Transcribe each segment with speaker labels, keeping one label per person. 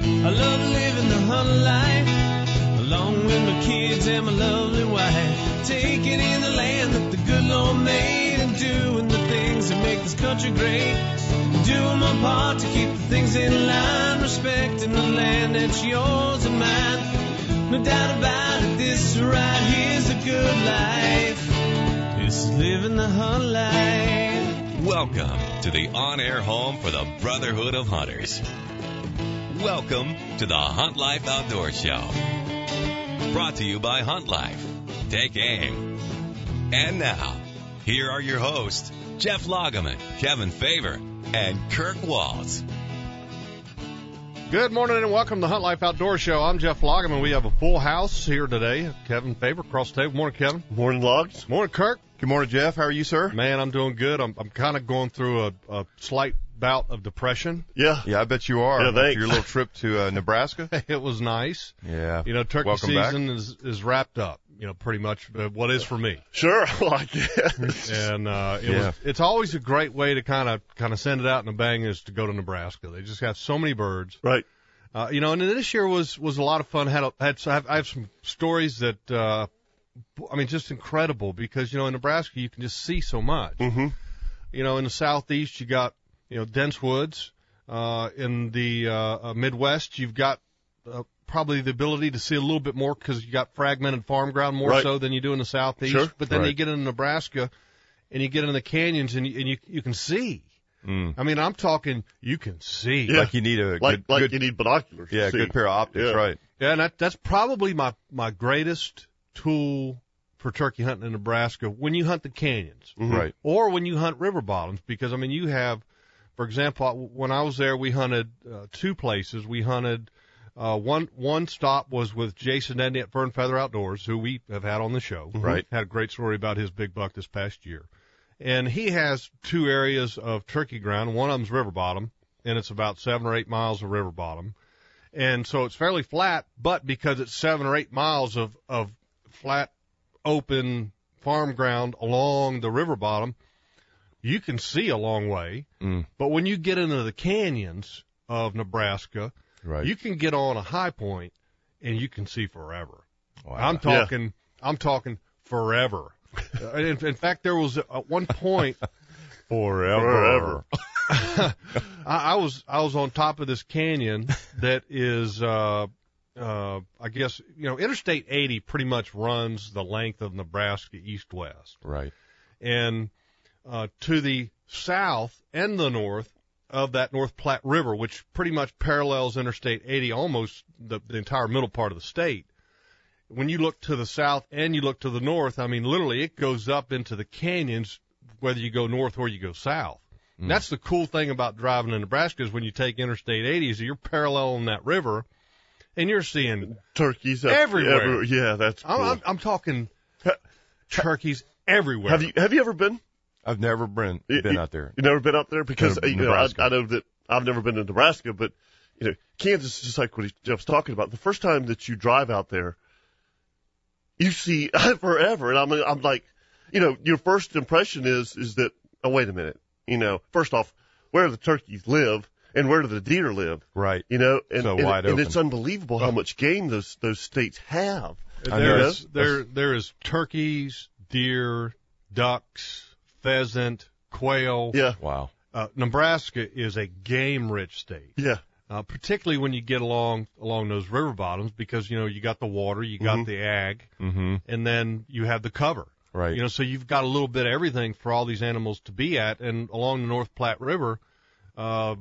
Speaker 1: I love living the hunt life, along with my kids and my lovely wife. Taking in the land that the good Lord made, and doing the things that make this country great. Doing my part to keep the things in line, respecting the land that's yours and mine. No doubt about it, this right here's a good life. It's living the hunt life.
Speaker 2: Welcome to the on air home for the Brotherhood of Hunters. Welcome to the Hunt Life Outdoor Show. Brought to you by Hunt Life. Take aim. And now, here are your hosts, Jeff Loggeman, Kevin Favor, and Kirk Waltz.
Speaker 3: Good morning and welcome to Hunt Life Outdoor Show. I'm Jeff Loggeman. and we have a full house here today. Kevin Faber across the table. Morning, Kevin.
Speaker 4: Morning, Logs.
Speaker 3: Morning, Kirk.
Speaker 4: Good morning, Jeff. How are you, sir?
Speaker 3: Man, I'm doing good. I'm, I'm kind of going through a, a slight bout of depression.
Speaker 4: Yeah.
Speaker 5: Yeah, I bet you are.
Speaker 4: Yeah,
Speaker 5: After
Speaker 4: thanks.
Speaker 5: your little trip to uh, Nebraska.
Speaker 3: It was nice.
Speaker 5: Yeah.
Speaker 3: You know, turkey
Speaker 5: Welcome back.
Speaker 3: season is is wrapped up. You know, pretty much uh, what is for me.
Speaker 4: Sure. I like it.
Speaker 3: And uh, it
Speaker 5: Yeah.
Speaker 3: was, it's always a great way to kind of kind of send it out in a bang is to go to Nebraska. They just have so many birds.
Speaker 4: right.
Speaker 3: Uh, you know, and this year was was a lot of fun. Had a, had so I have, I have some stories that uh, I mean, just incredible because you know in Nebraska you can just see so much.
Speaker 5: Mm-hmm.
Speaker 4: Mhm.
Speaker 3: You know, in the southeast you got you know dense woods. Uh, in the uh, uh, Midwest you've got uh, probably the ability to see a little bit more because you got fragmented farm ground more
Speaker 4: Right.
Speaker 3: so than you do in the southeast.
Speaker 4: Sure.
Speaker 3: But then you
Speaker 5: Right.
Speaker 3: get into Nebraska and you get in the canyons and you, and you you can see. I mean, I'm talking you can see.
Speaker 4: Mm. Yeah.
Speaker 5: Like you need a
Speaker 4: Like
Speaker 5: good,
Speaker 4: like
Speaker 5: good
Speaker 4: you need binoculars. to
Speaker 5: yeah,
Speaker 4: see.
Speaker 5: good pair of optics,
Speaker 4: Yeah.
Speaker 5: right?
Speaker 3: Yeah, and that, that's probably my, my greatest tool for turkey hunting in Nebraska when you hunt the canyons
Speaker 5: Right.
Speaker 3: or when you hunt river bottoms because, I mean, you have, for example, when I was there, we hunted uh, two places. We hunted, uh, one, one stop was with Jason Edney at Fern Feather Outdoors, who we have had on the show.
Speaker 5: Right.
Speaker 3: Had a great story about his big buck this past year. And he has two areas of turkey ground. One of them's river bottom, and it's about seven or eight miles of river bottom and so it's fairly flat. But because it's seven or eight miles of of flat, open farm ground along the river bottom, you can see a long way.
Speaker 5: Mm.
Speaker 3: But when you get into the canyons of Nebraska,
Speaker 5: Right.
Speaker 3: you can get on a high point and you can see forever.
Speaker 5: Wow.
Speaker 3: I'm
Speaker 4: Yeah.
Speaker 3: talking, I'm talking forever. Uh, in, in fact, there was at one point
Speaker 5: forever.
Speaker 4: Forever.
Speaker 3: I, I was I was on top of this canyon that is uh uh I guess you know Interstate 80 pretty much runs the length of Nebraska east west
Speaker 5: Right.
Speaker 3: and uh to the south and the north of that North Platte River which pretty much parallels Interstate 80 almost the, the entire middle part of the state when you look to the south and you look to the north I mean literally it goes up into the canyons whether you go north or you go south
Speaker 4: Mm.
Speaker 3: and That's the cool thing about driving in Nebraska is when you take Interstate 80 is you're paralleling that river and you're seeing,
Speaker 4: Turkeys up-
Speaker 3: Everywhere.
Speaker 4: everywhere. Yeah, that's cool.
Speaker 3: I'm, I'm, I'm talking turkeys everywhere.
Speaker 4: have you have you ever been?
Speaker 5: I've never been
Speaker 4: You-
Speaker 5: been
Speaker 4: you-
Speaker 5: out there.
Speaker 4: You never been out there because
Speaker 5: Never-
Speaker 4: you know, I,
Speaker 5: Nebraska.
Speaker 4: I know that I've never been to Nebraska, but you know Kansas is just like what Jeff's talking about. The first time that you drive out there, you see forever, and I'm I'm like, you know, your first impression is is that oh wait a minute, you know, first off, where do the turkeys live and where do the deer live,
Speaker 5: Right.
Speaker 4: you know, and
Speaker 5: So
Speaker 4: and,
Speaker 5: wide
Speaker 4: and
Speaker 5: open.
Speaker 4: it's unbelievable how much game those those states have.
Speaker 5: I
Speaker 3: there
Speaker 5: know.
Speaker 3: is there there is turkeys, deer, ducks, pheasant, quail.
Speaker 4: Yeah,
Speaker 5: Wow.
Speaker 3: Uh, Nebraska is a game rich state.
Speaker 4: yeah,
Speaker 3: uh, particularly when you get along along those river bottoms because you know you got the water, you
Speaker 5: Mm-hmm.
Speaker 3: got the ag,
Speaker 5: Mhm.
Speaker 3: and then you have the cover.
Speaker 5: Right.
Speaker 3: You know, so you've got a little bit of everything for all these animals to be at, and along the North Platte River, uh,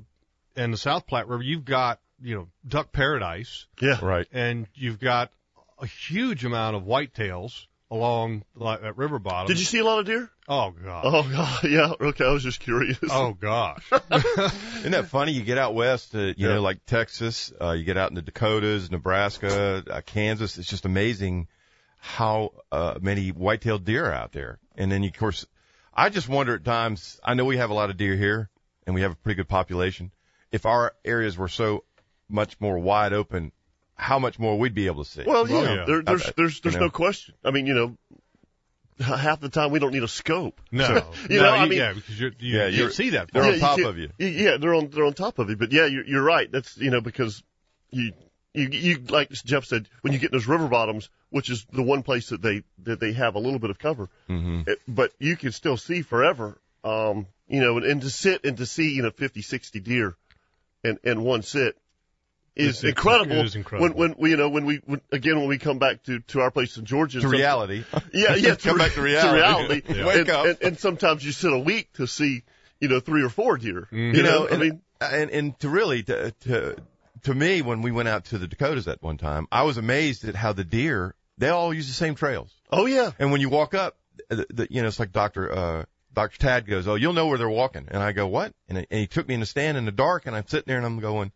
Speaker 3: and the South Platte River, you've got you know duck paradise,
Speaker 4: yeah,
Speaker 5: Right.
Speaker 3: and you've got a huge amount of whitetails along like, that river bottom.
Speaker 4: Did you see a lot of deer?
Speaker 3: Oh god.
Speaker 4: Oh god, yeah. Okay, I was just curious.
Speaker 3: Oh gosh.
Speaker 5: Isn't that funny? You get out west, uh, you
Speaker 4: Yeah.
Speaker 5: know, like Texas, uh, you get out in the Dakotas, Nebraska, uh, Kansas. It's just amazing how uh, many white-tailed deer are out there. And then, of course, I just wonder at times. I know we have a lot of deer here, and we have a pretty good population. If our areas were so much more wide open, how much more we'd be able to see?
Speaker 4: Well, yeah,
Speaker 3: Well, Oh, yeah.
Speaker 4: There, there's there's there's
Speaker 5: You
Speaker 4: no
Speaker 5: know.
Speaker 4: question. I mean, you know, half the time we don't need a scope.
Speaker 3: No.
Speaker 4: you
Speaker 3: no,
Speaker 4: know, I
Speaker 3: you-
Speaker 4: mean-
Speaker 3: yeah, because you're, you,
Speaker 5: Yeah,
Speaker 3: you
Speaker 5: you're-
Speaker 3: see that.
Speaker 5: They're on
Speaker 4: yeah,
Speaker 5: top
Speaker 4: can't-
Speaker 5: of you.
Speaker 4: Yeah, they're on they're on top of you. But yeah, you're, you're right. That's you know because you you you like Jeff said when you get in those river bottoms, which is the one place that they that they have a little bit of cover,
Speaker 5: Mm-hmm.
Speaker 4: it, but you can still see forever. Um, you know, and, and to sit and to see you know 50, 60 deer, and and one sit
Speaker 3: It's-
Speaker 4: is
Speaker 3: it's-
Speaker 4: incredible.
Speaker 3: it is incredible.
Speaker 4: When when we, you know when we when, again when we come back to to our place in Georgia,
Speaker 5: To
Speaker 4: some-
Speaker 5: reality.
Speaker 4: yeah, yeah.
Speaker 5: Come back to reality.
Speaker 4: reality.
Speaker 5: Yeah. Wake
Speaker 4: and,
Speaker 5: up.
Speaker 4: And, and sometimes you sit a week to see, you know, three or four deer.
Speaker 3: Mhm.
Speaker 4: You
Speaker 5: You
Speaker 4: know,
Speaker 5: know,
Speaker 4: I mean,
Speaker 5: and and to really to, to to me when we went out to the Dakotas at one time, I was amazed at how the deer they all use the same trails.
Speaker 4: oh yeah,
Speaker 5: And when you walk up, the, the, you know, it's like Doctor uh, Doctor Tad goes, "Oh, you'll know where they're walking." And I go, "What?" And, and he took me in the stand in the dark, and I'm sitting there, and I'm going,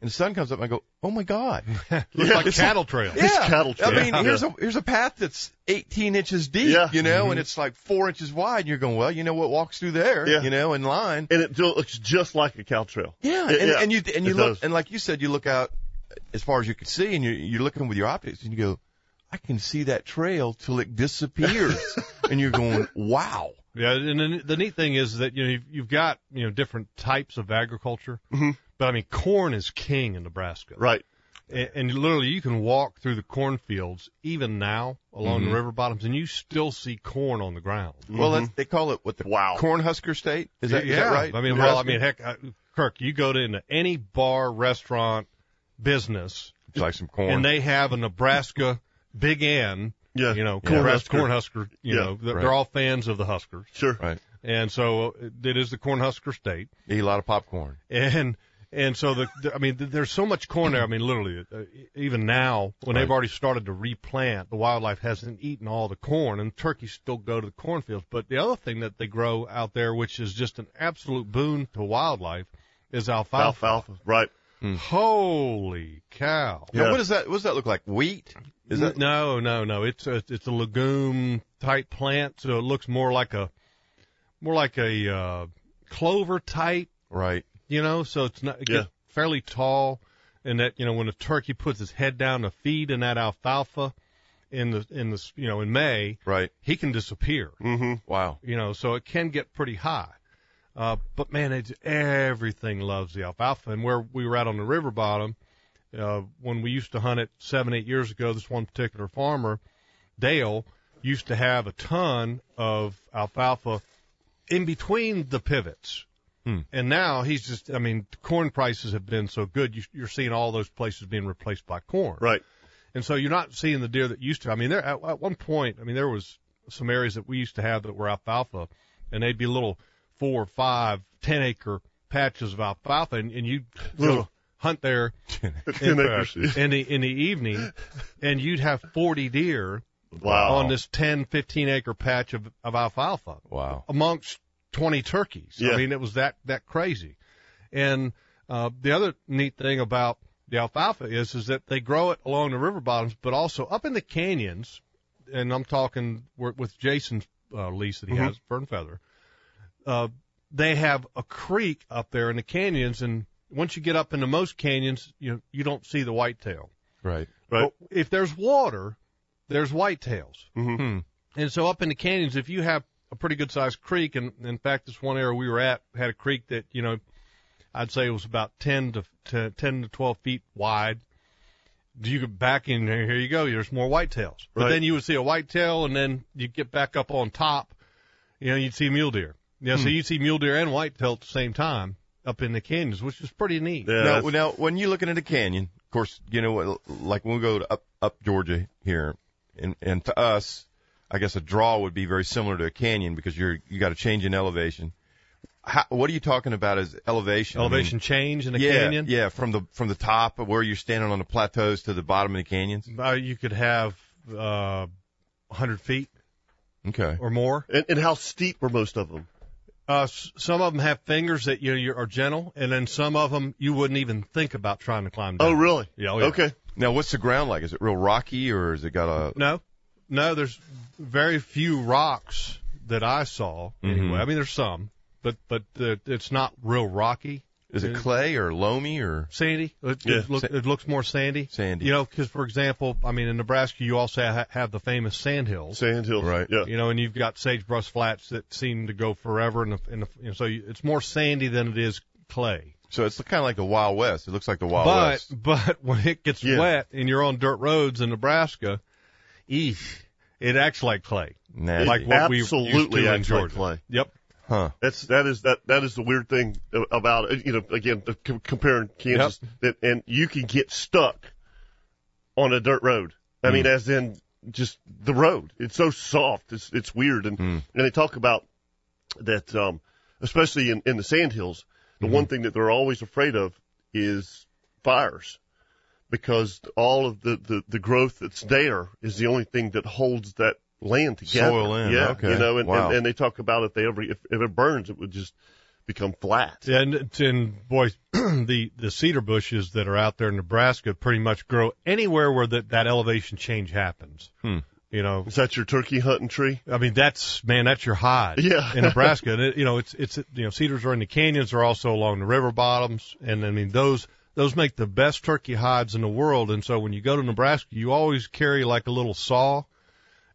Speaker 5: and the sun comes up, and I go, "Oh my god!"
Speaker 3: Looks
Speaker 4: Yeah.
Speaker 3: like
Speaker 4: It's
Speaker 3: cattle trail.
Speaker 5: yeah,
Speaker 4: cattle
Speaker 5: I
Speaker 4: trail.
Speaker 5: mean,
Speaker 4: Yeah.
Speaker 5: here's a here's a path that's 18 inches deep,
Speaker 4: Yeah. Mm-hmm.
Speaker 5: you know, and it's like four inches wide, and you're going, "Well, you know what walks through there,
Speaker 4: Yeah.
Speaker 5: you know, in line."
Speaker 4: and it do- looks just like a cow trail. Yeah,
Speaker 5: Yeah, and,
Speaker 4: yeah,
Speaker 5: and you and you
Speaker 4: it
Speaker 5: look
Speaker 4: does.
Speaker 5: and like you said, you look out as far as you can see, and you you're looking with your optics, and you go, "I can see that trail till it disappears," and you're going, "Wow."
Speaker 3: Yeah, and the, the neat thing is that you know you've, you've got you know different types of agriculture, mm-hmm. but I mean corn is king in Nebraska,
Speaker 4: Right.
Speaker 3: And, and literally you can walk through the cornfields even now along
Speaker 4: Mm-hmm.
Speaker 3: the river bottoms, and you still see corn on the ground.
Speaker 5: Well, that's, they call it what the
Speaker 4: Wow.
Speaker 5: Cornhusker State. Is that,
Speaker 3: yeah,
Speaker 5: is that right?
Speaker 3: I mean, well, I mean, heck, I, Kirk, you go to into any bar, restaurant, business,
Speaker 5: it's like some corn.
Speaker 3: and they have a Nebraska Big N.
Speaker 4: Yeah.
Speaker 3: You know,
Speaker 4: Corn
Speaker 3: Cornhusker.
Speaker 4: Husker.
Speaker 3: Cornhusker you
Speaker 4: Yeah.
Speaker 3: know, they're,
Speaker 5: Right.
Speaker 3: they're all fans of the Huskers,
Speaker 4: Sure.
Speaker 5: right.
Speaker 3: and so uh, it is the Cornhusker state.
Speaker 5: They eat a lot of popcorn.
Speaker 3: and and so the, the I mean th- there's so much corn there. I mean literally uh, e- even now when they've
Speaker 5: Right.
Speaker 3: already started to replant, the wildlife hasn't eaten all the corn, and turkeys still go to the cornfields. But the other thing that they grow out there, which is just an absolute boon to wildlife, is alfalfa.
Speaker 4: Alfalfa. Right.
Speaker 3: Holy cow!
Speaker 5: Yeah.
Speaker 4: Yeah.
Speaker 5: Now, what does that? What does that look like? Wheat? Is that?
Speaker 3: no, no, no? It's a it's a legume type plant, so it looks more like a more like a uh, clover type
Speaker 5: Right.
Speaker 3: you know, so it's not it
Speaker 4: Yeah.
Speaker 3: gets fairly tall, and that you know when a turkey puts his head down to feed in that alfalfa in the in the you know in May,
Speaker 5: Right.
Speaker 3: he can disappear.
Speaker 4: Mm-hmm.
Speaker 5: Wow.
Speaker 3: You know, so it can get pretty high. Uh, but man, it's, everything loves the alfalfa. And where we were out on the river bottom, uh, when we used to hunt it seven, eight years ago, this one particular farmer, Dale, used to have a ton of alfalfa in between the pivots.
Speaker 5: Hmm.
Speaker 3: And now he's just, I mean, corn prices have been so good, you, you're seeing all those places being replaced by corn.
Speaker 4: Right.
Speaker 3: And so you're not seeing the deer that used to. I mean, there at, at one point, I mean, there was some areas that we used to have that were alfalfa, and they'd be little four, five, ten acre patches of alfalfa, and, and you'd go
Speaker 4: Little.
Speaker 3: hunt there in,
Speaker 4: 10 acres.
Speaker 3: in the in the evening, and you'd have 40 deer
Speaker 4: Wow.
Speaker 3: on this 10, 15 acre patch of, of alfalfa
Speaker 5: Wow.
Speaker 3: amongst 20 turkeys.
Speaker 4: Yeah.
Speaker 3: I mean, it was that, that crazy. And, uh, the other neat thing about the alfalfa is, is that they grow it along the river bottoms, but also up in the canyons. And I'm talking wi- with Jason's uh, lease that he has, Burn Feather. Uh, they have a creek up there in the canyons. And once you get up into most canyons, you, you don't see the whitetail.
Speaker 5: Right.
Speaker 4: Right.
Speaker 3: But if there's water, there's whitetails.
Speaker 5: Hmm.
Speaker 3: And so up in the canyons, if you have a pretty good sized creek, and in fact, this one area we were at had a creek that, you know, I'd say it was about 10 to, to 10 to 12 feet wide. You could back in there, here you go, there's more whitetails. But
Speaker 4: Right.
Speaker 3: then you would see a whitetail, and then you get back up on top, you know, you'd see mule deer. Yeah, so you'd see mule deer and whitetail at the same time up in the canyons, which is pretty neat.
Speaker 4: Yeah,
Speaker 5: now,
Speaker 4: that's-
Speaker 5: now, when you're looking at a canyon, of course, you know, like when we go to up up Georgia here, and and to us, I guess a draw would be very similar to a canyon because you're you got a change in elevation. How, what are you talking about as elevation? I mean,
Speaker 3: Elevation change in a
Speaker 5: yeah,
Speaker 3: canyon.
Speaker 5: yeah, from the from the top of where you're standing on the plateaus to the bottom of the canyons.
Speaker 3: Uh, you could have uh, 100 feet
Speaker 5: Okay,
Speaker 3: or more.
Speaker 4: and, and how steep were most of them?
Speaker 3: Uh, s- some of them have fingers that you, you are gentle, and then some of them you wouldn't even think about trying to climb. Down.
Speaker 4: Oh, really?
Speaker 3: Yeah, oh, yeah.
Speaker 4: Okay.
Speaker 5: now what's the ground like? Is it real rocky or has it got a?
Speaker 3: No, no. There's very few rocks that I saw.
Speaker 4: Mm-hmm.
Speaker 3: Anyway, I mean there's some, but but uh, it's not real rocky,
Speaker 5: Is it clay or loamy or?
Speaker 3: sandy. It,
Speaker 4: Yeah.
Speaker 3: it, look, it looks more sandy.
Speaker 5: Sandy.
Speaker 3: You know, because for example, I mean in Nebraska you also ha- have the famous sand hills.
Speaker 4: Sand hills.
Speaker 5: Right.
Speaker 4: Yeah.
Speaker 3: you know, and you've got sagebrush flats that seem to go forever, and, the, and, the, and so you, it's more sandy than it is clay.
Speaker 5: So it's kind of like the Wild West. It looks like the Wild
Speaker 3: but
Speaker 5: West.
Speaker 3: but when it gets
Speaker 4: Yeah.
Speaker 3: wet and you're on dirt roads in Nebraska, eesh, it acts like clay.
Speaker 5: Nasty.
Speaker 3: like what we used
Speaker 4: absolutely
Speaker 3: to in
Speaker 4: acts like
Speaker 3: Georgia.
Speaker 4: clay.
Speaker 3: Yep.
Speaker 5: huh?
Speaker 4: That's that is that that is the weird thing about it. you know again the- com- comparing Kansas that and you can get stuck on a dirt road. I
Speaker 5: Mm.
Speaker 4: mean, as in just the road. It's so soft. It's it's weird and
Speaker 5: Mm.
Speaker 4: and they talk about that um especially in in the sand hills. The one
Speaker 5: Mm-hmm.
Speaker 4: thing that they're always afraid of is fires because all of the the the growth that's there is the only thing that holds that land together.
Speaker 5: Soil in,
Speaker 4: yeah,
Speaker 5: okay.
Speaker 4: you know, and,
Speaker 5: Wow.
Speaker 4: and and they talk about if they ever if, if it burns, it would just become flat.
Speaker 3: And and boy, the the cedar bushes that are out there in Nebraska pretty much grow anywhere where that that elevation change happens.
Speaker 5: Hmm.
Speaker 3: You know,
Speaker 4: Is that your turkey hunting tree?
Speaker 3: I mean, that's man, that's your hide
Speaker 4: Yeah.
Speaker 3: in Nebraska. And it, you know, it's it's you know, cedars are in the canyons, are also along the river bottoms, and I mean those those make the best turkey hides in the world. And so when you go to Nebraska, you always carry like a little saw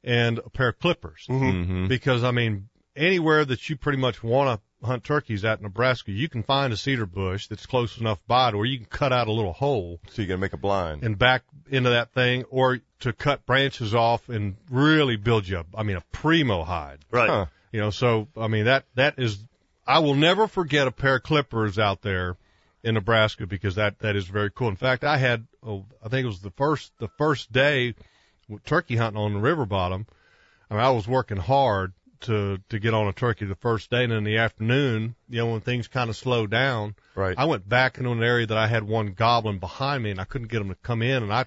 Speaker 3: and a pair of clippers
Speaker 5: Mm-hmm.
Speaker 3: because I mean anywhere that you pretty much want to hunt turkeys out in Nebraska, you can find a cedar bush that's close enough by to where you can cut out a little hole
Speaker 5: So you're gonna make a blind.
Speaker 3: and back into that thing or to cut branches off and really build you, a, I mean, a primo hide.
Speaker 4: Right.
Speaker 5: Huh.
Speaker 3: You know, so I mean that that is I will never forget a pair of clippers out there in Nebraska because that that is very cool. In fact, I had oh, I think it was the first the first day with turkey hunting on the river bottom. I mean, I was working hard to to get on a turkey the first day, and in the afternoon, you know, when things kind of slow down,
Speaker 5: Right.
Speaker 3: I went back into an area that I had one goblin behind me, and I couldn't get him to come in, and I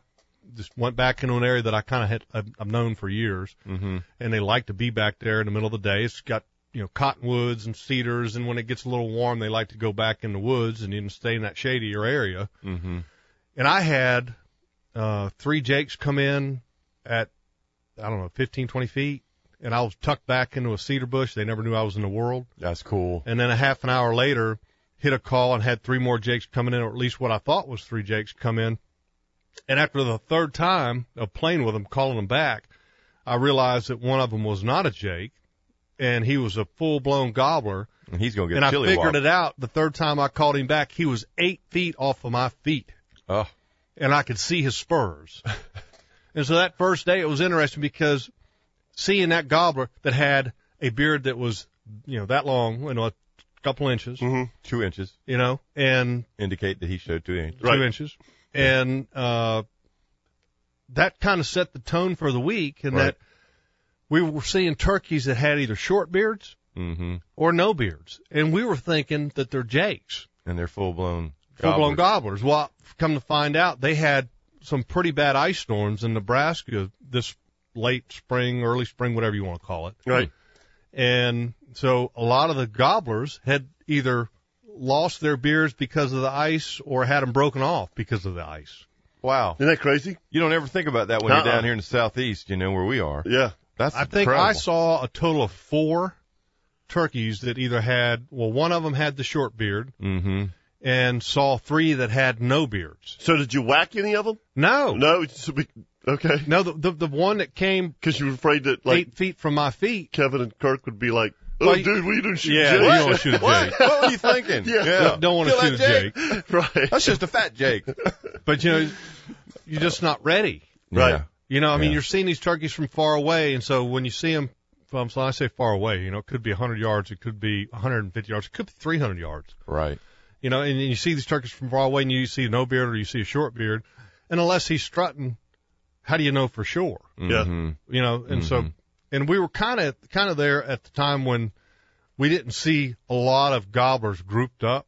Speaker 3: just went back into an area that I kind of had I've, I've known for years,
Speaker 5: Mhm.
Speaker 3: and they like to be back there in the middle of the day. It's got you know cottonwoods and cedars, and when it gets a little warm, they like to go back in the woods and even stay in that shadier area.
Speaker 5: Mm-hmm.
Speaker 3: And I had uh three jakes come in at I don't know 15, 20 feet, and I was tucked back into a cedar bush. They never knew I was in the world.
Speaker 5: That's cool.
Speaker 3: And then a half an hour later, hit a call and had three more jakes coming in, or at least what I thought was three jakes come in. And after the third time of playing with them, calling them back, I realized that one of them was not a jake, and he was a full blown gobbler.
Speaker 5: And he's gonna get
Speaker 3: and I
Speaker 5: chili
Speaker 3: figured it out the third time I called him back. He was eight feet off of my feet,
Speaker 5: Oh,
Speaker 3: and I could see his spurs. and so that first day, it was interesting because seeing that gobbler that had a beard that was, you know, that long, you know, a couple inches,
Speaker 5: Mm-hmm. two inches
Speaker 3: you know, and
Speaker 5: indicate that he showed two inches.
Speaker 4: Right.
Speaker 3: two inches. And uh, that kind of set the tone for the week in
Speaker 5: Right.
Speaker 3: that we were seeing turkeys that had either short beards
Speaker 5: Mm-hmm.
Speaker 3: or no beards. And we were thinking that they're jakes,
Speaker 5: And they're full blown.
Speaker 3: full blown gobblers. Well, come to find out, they had some pretty bad ice storms in Nebraska this late spring, early spring, whatever you want to call it.
Speaker 4: Right.
Speaker 3: And so a lot of the gobblers had either lost their beards because of the ice or had them broken off because of the ice.
Speaker 5: Wow.
Speaker 4: Isn't that crazy?
Speaker 5: You don't ever think about that when
Speaker 4: Uh-uh.
Speaker 5: you're down here in the southeast. You know where we are.
Speaker 4: Yeah.
Speaker 5: That's
Speaker 3: I think
Speaker 5: incredible.
Speaker 3: I saw a total of four turkeys that either had, well, one of them had the short beard
Speaker 5: Mm-hmm.
Speaker 3: and saw three that had no beards.
Speaker 4: So did you whack any of them?
Speaker 3: No.
Speaker 4: No. It's a big, okay.
Speaker 3: No, the, the, the one that came
Speaker 4: Because you were afraid that like
Speaker 3: eight feet from my feet.
Speaker 4: Kevin and Kirk would be like, "Oh,
Speaker 3: Well,
Speaker 4: dude, we don't shoot
Speaker 3: Yeah, you
Speaker 4: Jake."
Speaker 3: don't want to shoot a
Speaker 5: What?
Speaker 3: Jake.
Speaker 5: what were you thinking?
Speaker 4: Yeah.
Speaker 3: Don't want
Speaker 5: Kill
Speaker 3: to
Speaker 5: that
Speaker 3: shoot a Jake.
Speaker 4: right.
Speaker 5: That's just a fat Jake.
Speaker 3: But, you know, you're just not ready.
Speaker 4: Right.
Speaker 5: Yeah.
Speaker 3: You know, I mean,
Speaker 5: Yeah.
Speaker 3: you're seeing these turkeys from far away, and so when you see them from, so I say far away, you know, it could be 100 yards, it could be 150 yards, it could be 300 yards.
Speaker 5: Right.
Speaker 3: You know, and, and you see these turkeys from far away, and you see no beard or you see a short beard, and unless he's strutting, how do you know for sure?
Speaker 4: Yeah.
Speaker 5: Mhm.
Speaker 3: You know, and so, and we were kind of kind of there at the time when we didn't see a lot of gobblers grouped up.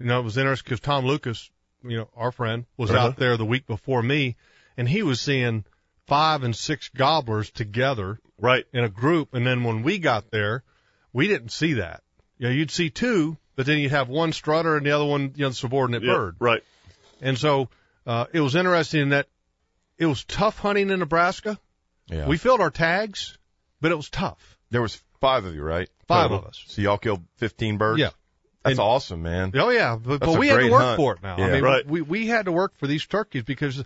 Speaker 3: You know, it was interesting because Tom Lucas, you know, our friend, was out there the week before me, and he was seeing five and six gobblers together
Speaker 4: Right.
Speaker 3: in a group. And then when we got there, we didn't see that. You know, you'd see two, but then you'd have one strutter and the other one, you know, the subordinate
Speaker 4: Yeah.
Speaker 3: bird.
Speaker 4: Right.
Speaker 3: And so, uh, it was interesting that it was tough hunting in Nebraska.
Speaker 5: Yeah.
Speaker 3: We filled our tags, but it was tough.
Speaker 5: there was five of you, right?
Speaker 3: Five
Speaker 5: Total.
Speaker 3: of us.
Speaker 5: So y'all killed fifteen birds.
Speaker 3: Yeah.
Speaker 5: That's
Speaker 3: And-
Speaker 5: awesome, man.
Speaker 3: Oh yeah, but,
Speaker 5: That's
Speaker 3: but
Speaker 5: a
Speaker 3: we had to
Speaker 5: great
Speaker 3: work
Speaker 5: hunt.
Speaker 3: for it now.
Speaker 5: Yeah.
Speaker 3: I mean,
Speaker 4: Right.
Speaker 3: we we had to work for these turkeys because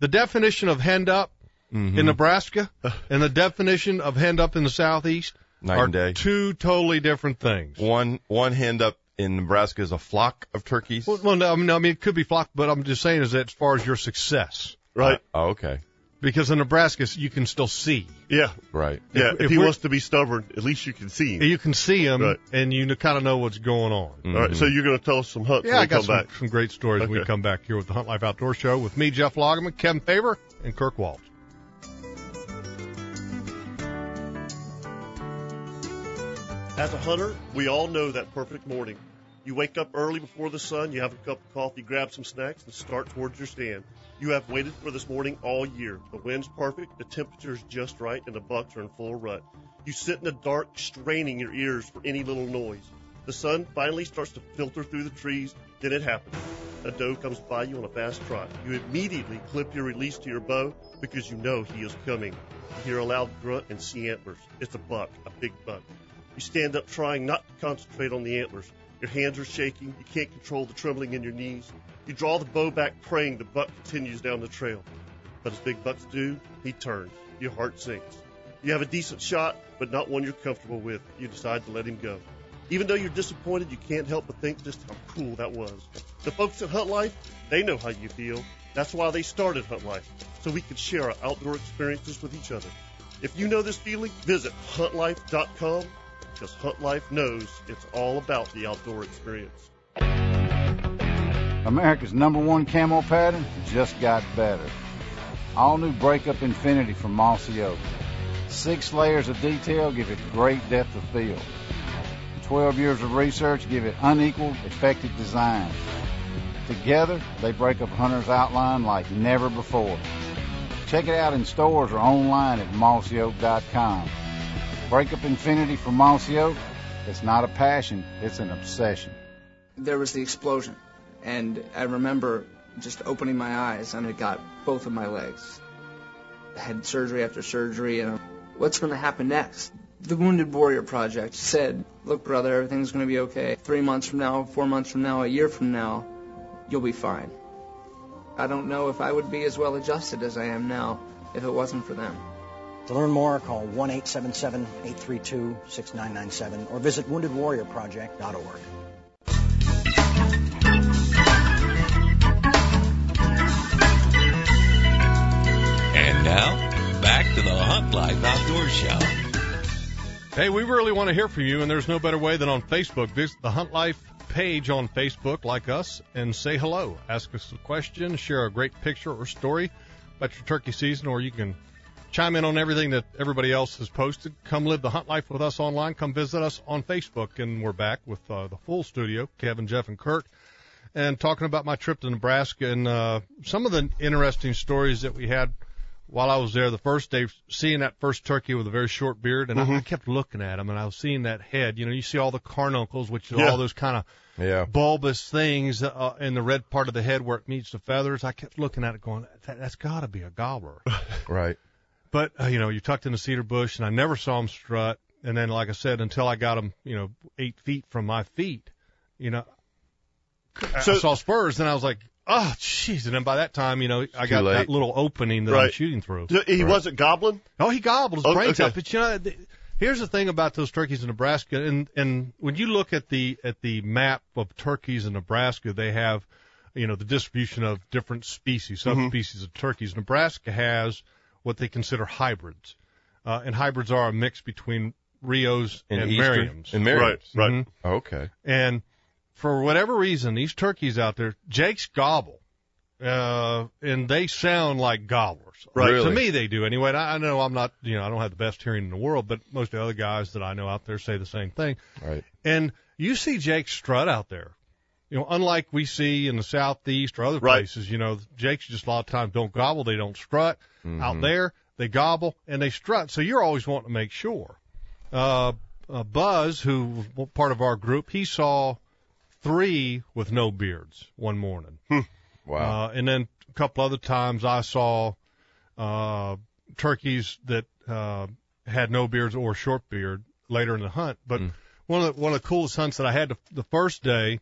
Speaker 3: the definition of hen up
Speaker 5: Mm-hmm.
Speaker 3: in Nebraska and the definition of hen up in the southeast
Speaker 5: Night
Speaker 3: are
Speaker 5: and day.
Speaker 3: two totally different things.
Speaker 5: One one hand up in Nebraska is a flock of turkeys?
Speaker 3: Well, well no, I mean, I mean, it could be flock, but I'm just saying is that as far as your success,
Speaker 4: right?
Speaker 5: Oh, okay.
Speaker 3: because in Nebraska you can still see,
Speaker 4: yeah,
Speaker 5: Right.
Speaker 4: yeah. If,
Speaker 3: if
Speaker 4: he
Speaker 3: we're-
Speaker 4: wants to be stubborn, at least you can see him.
Speaker 3: you can see them,
Speaker 4: Right.
Speaker 3: and you kind of know what's going on.
Speaker 4: All right, so you're going to tell us some hunts
Speaker 3: Mm-hmm. Yeah,
Speaker 4: when
Speaker 3: I
Speaker 4: we
Speaker 3: got
Speaker 4: come
Speaker 3: some,
Speaker 4: back.
Speaker 3: some great stories when we
Speaker 4: Okay.
Speaker 3: come back here with the Hunt Life Outdoor Show with me, Jeff Loggeman, Kevin Faber, and Kirk Walt.
Speaker 4: As a hunter, we all know that perfect morning. You wake up early before the sun, you have a cup of coffee, grab some snacks, and start towards your stand. You have waited for this morning all year. The wind's perfect, the temperature's just right, and the bucks are in full rut. You sit in the dark, straining your ears for any little noise. The sun finally starts to filter through the trees, then it happens. A doe comes by you on a fast trot. You immediately clip your release to your bow because you know he is coming. You hear a loud grunt and see antlers. It's a buck, a big buck. You stand up trying not to concentrate on the antlers. Your hands are shaking. You can't control the trembling in your knees. You draw the bow back, praying the buck continues down the trail. But as big bucks do, he turns. Your heart sinks. You have a decent shot, but not one you're comfortable with. You decide to let him go. Even though you're disappointed, you can't help but think just how cool that was. The folks at Hunt Life, they know how you feel. That's why they started Hunt Life, so we can share our outdoor experiences with each other. If you know this feeling, visit huntlife.com because Hunt Life knows it's all about the outdoor experience.
Speaker 6: America's number one camo pattern just got better. All new Breakup Infinity from Mossy Oak. Six layers of detail give it great depth of field. Twelve years of research give it unequaled, effective design. Together, they break up Hunter's outline like never before. Check it out in stores or online at mossyoak.com. Breakup Infinity from Mossy Oak, it's not a passion, it's an obsession.
Speaker 7: there was the explosion, and I remember just opening my eyes, and it got both of my legs. I had surgery after surgery, and what's going to happen next? The Wounded Warrior Project said, "Look, brother, everything's going to be okay. Three months from now, four months from now, a year from now, you'll be fine." I don't know if I would be as well adjusted as I am now if it wasn't for them.
Speaker 8: To learn more, call 1-877-832-6997 or visit woundedwarriorproject.org.
Speaker 2: And now, back to the Hunt Life Outdoor Show.
Speaker 3: Hey, we really want to hear from you, and there's no better way than on Facebook. Visit the Hunt Life page on Facebook, like us, and say hello. Ask us a question, share a great picture or story about your turkey season, or you can chime in on everything that everybody else has posted. Come live the Hunt Life with us online. Come visit us on Facebook, and we're back with uh, the full studio, Kevin, Jeff, and Kirk. And talking about my trip to Nebraska and uh, some of the interesting stories that we had while I was there the first day, seeing that first turkey with a very short beard, and I, I kept looking at him, and I was seeing that head. You know, you see all the carnuncles, which is
Speaker 4: Yeah.
Speaker 3: all those kind of
Speaker 5: Yeah.
Speaker 3: bulbous things uh, in the red part of the head where it meets the feathers. I kept looking at it, going, that, "That's got to be a gobbler."
Speaker 5: Right.
Speaker 3: but uh, you know, you tucked in a cedar bush, and I never saw him strut. And then, like I said, until I got him, you know, eight feet from my feet, you know, I
Speaker 4: So-
Speaker 3: saw spurs, and I was like, "Oh, jeez!" And then by that time, you know, I got
Speaker 5: late.
Speaker 3: that little opening that I'm
Speaker 4: Right.
Speaker 3: shooting through.
Speaker 4: He wasn't goblin.
Speaker 3: Oh, he gobbled his
Speaker 4: Oh,
Speaker 3: brains
Speaker 4: okay.
Speaker 3: out. But you know, th- here's the thing about those turkeys in Nebraska, and and when you look at the at the map of turkeys in Nebraska, they have, you know, the distribution of different species, subspecies of turkeys. Nebraska has what they consider hybrids, uh, and hybrids are a mix between Rios and,
Speaker 5: In Eastern-
Speaker 3: Merriam's.
Speaker 5: In
Speaker 4: Right,
Speaker 5: Merriam's.
Speaker 4: right.
Speaker 3: Mhm.
Speaker 5: Okay.
Speaker 3: And for whatever reason, these turkeys out there, Jake's gobble, uh, and they sound like gobblers.
Speaker 4: Right.
Speaker 5: Really?
Speaker 3: To me, they do anyway. And I I know I'm not, you know, I don't have the best hearing in the world, but most of the other guys that I know out there say the same thing.
Speaker 5: Right.
Speaker 3: And you see Jake strut out there. You know, unlike we see in the southeast or other
Speaker 4: Right.
Speaker 3: places, you know, Jake's just a lot of times don't gobble, they don't strut. Out there, they gobble and they strut. So you're always wanting to make sure. Uh, uh, Buzz, who was part of our group, he saw three with no beards one morning.
Speaker 5: Wow.
Speaker 3: Uh, and then a couple other times I saw uh, turkeys that uh, had no beards or short beard later in the hunt. But one of the, one of the coolest hunts that I had the, the first day,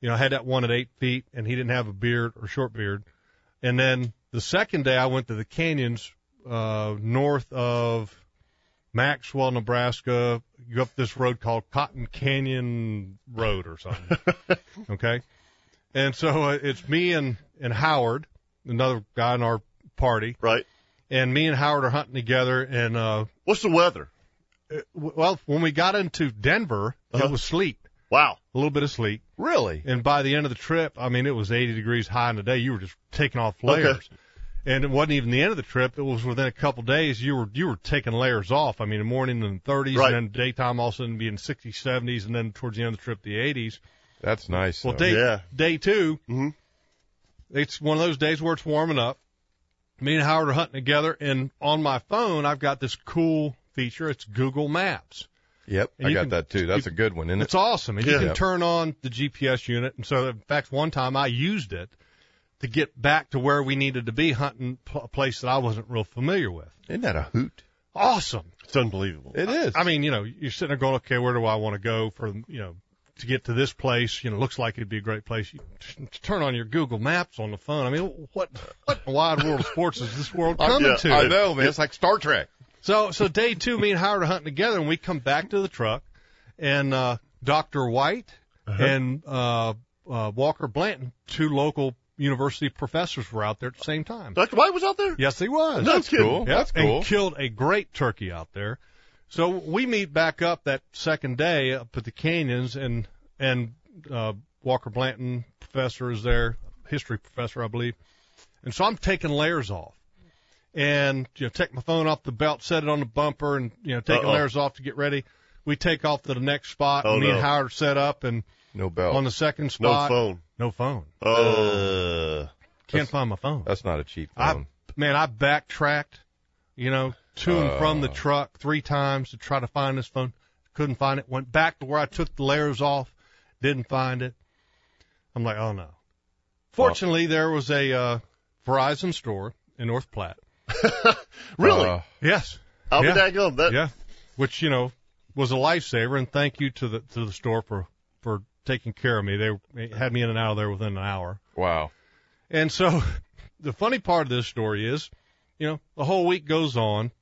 Speaker 3: you know, I had that one at eight feet, and he didn't have a beard or short beard. And then the second day, I went to the canyons uh, north of Maxwell, Nebraska. You go up this road called Cotton Canyon Road or something. okay. And so uh, it's me and, and Howard, another guy in our party.
Speaker 4: right?
Speaker 3: And me and Howard are hunting together. And, uh,
Speaker 4: What's the weather?
Speaker 3: w- well, when we got into Denver, it was sleet,
Speaker 4: Wow.
Speaker 3: a little bit of sleet.
Speaker 5: Really?
Speaker 3: And by the end of the trip, I mean, it was 80 degrees high in the day. You were just taking off layers. And it wasn't even the end of the trip. It was within a couple of days. You were, you were taking layers off. I mean, the morning in the 30s
Speaker 4: Right.
Speaker 3: and then daytime all of a sudden being 60s, 70s, and then towards the end of the trip, the 80s.
Speaker 5: That's nice.
Speaker 3: Well,
Speaker 5: though.
Speaker 3: day
Speaker 4: Yeah.
Speaker 3: day 2
Speaker 4: Mhm.
Speaker 3: it's one of those days where it's warming up. Me and Howard are hunting together, and on my phone, I've got this cool feature. It's Google Maps.
Speaker 5: yep,
Speaker 3: and
Speaker 5: I
Speaker 3: you
Speaker 5: got
Speaker 3: can-
Speaker 5: that too. That's a good one, isn't it?
Speaker 3: It's awesome, and you
Speaker 4: Yeah.
Speaker 3: can turn on the GPS unit. And so, in fact, one time I used it to get back to where we needed to be hunting pl- a place that I wasn't real familiar with.
Speaker 5: Isn't that a hoot?
Speaker 3: Awesome.
Speaker 4: It's unbelievable.
Speaker 5: It is.
Speaker 3: I mean, you know, you're sitting there going, okay, where do I want to go for, you know, to get to this place? You know, looks like it'd be a great place. You t- turn on your Google Maps on the phone. I mean, what, what in the wide world of sports is this world coming
Speaker 4: yeah,
Speaker 3: to?
Speaker 5: I know, man. It's like Star Trek.
Speaker 3: So, so day two, me and Howard are hunting together, and we come back to the truck, and uh, Doctor White
Speaker 5: Uh-huh.
Speaker 3: and uh, uh, Walker Blanton, two local university professors, were out there at the same time.
Speaker 4: Dr. White was out there?
Speaker 3: Yes, he was.
Speaker 4: No
Speaker 5: That's
Speaker 4: kidding.
Speaker 5: cool.
Speaker 3: Yep,
Speaker 5: That's cool.
Speaker 3: And killed a great turkey out there. So we meet back up that second day up at the canyons, and and uh, Walker Blanton professor is there, history professor, I believe. And so I'm taking layers off, and you know, take my phone off the belt, set it on the bumper, and you know, taking
Speaker 4: Uh-oh.
Speaker 3: layers off to get ready. We take off to the next spot.
Speaker 4: Oh,
Speaker 3: and me and
Speaker 4: no. Oh.
Speaker 3: Howard are set up, and
Speaker 5: No bell.
Speaker 3: on the second
Speaker 4: No
Speaker 3: spot,
Speaker 4: phone.
Speaker 3: no phone.
Speaker 4: Oh.
Speaker 5: Uh,
Speaker 3: Can't find my phone.
Speaker 5: that's not a cheap
Speaker 3: I
Speaker 5: phone.
Speaker 3: man, I backtracked, you know, to and from the
Speaker 5: Uh.
Speaker 3: truck three times to try to find this phone. Couldn't find it. Went back to where I took the layers off. Didn't find it. I'm like, oh no. Fortunately, there was a uh, Verizon store in North Platte.
Speaker 4: really?
Speaker 5: Uh,
Speaker 3: Yes.
Speaker 4: I'll
Speaker 3: yeah.
Speaker 4: be daggum. That,
Speaker 3: Yeah. Which you know was a lifesaver, and thank you to the to the store for for taking care of me. They had me in and out of there within an hour.
Speaker 5: wow.
Speaker 3: And so the funny part of this story is, you know, the whole week goes on.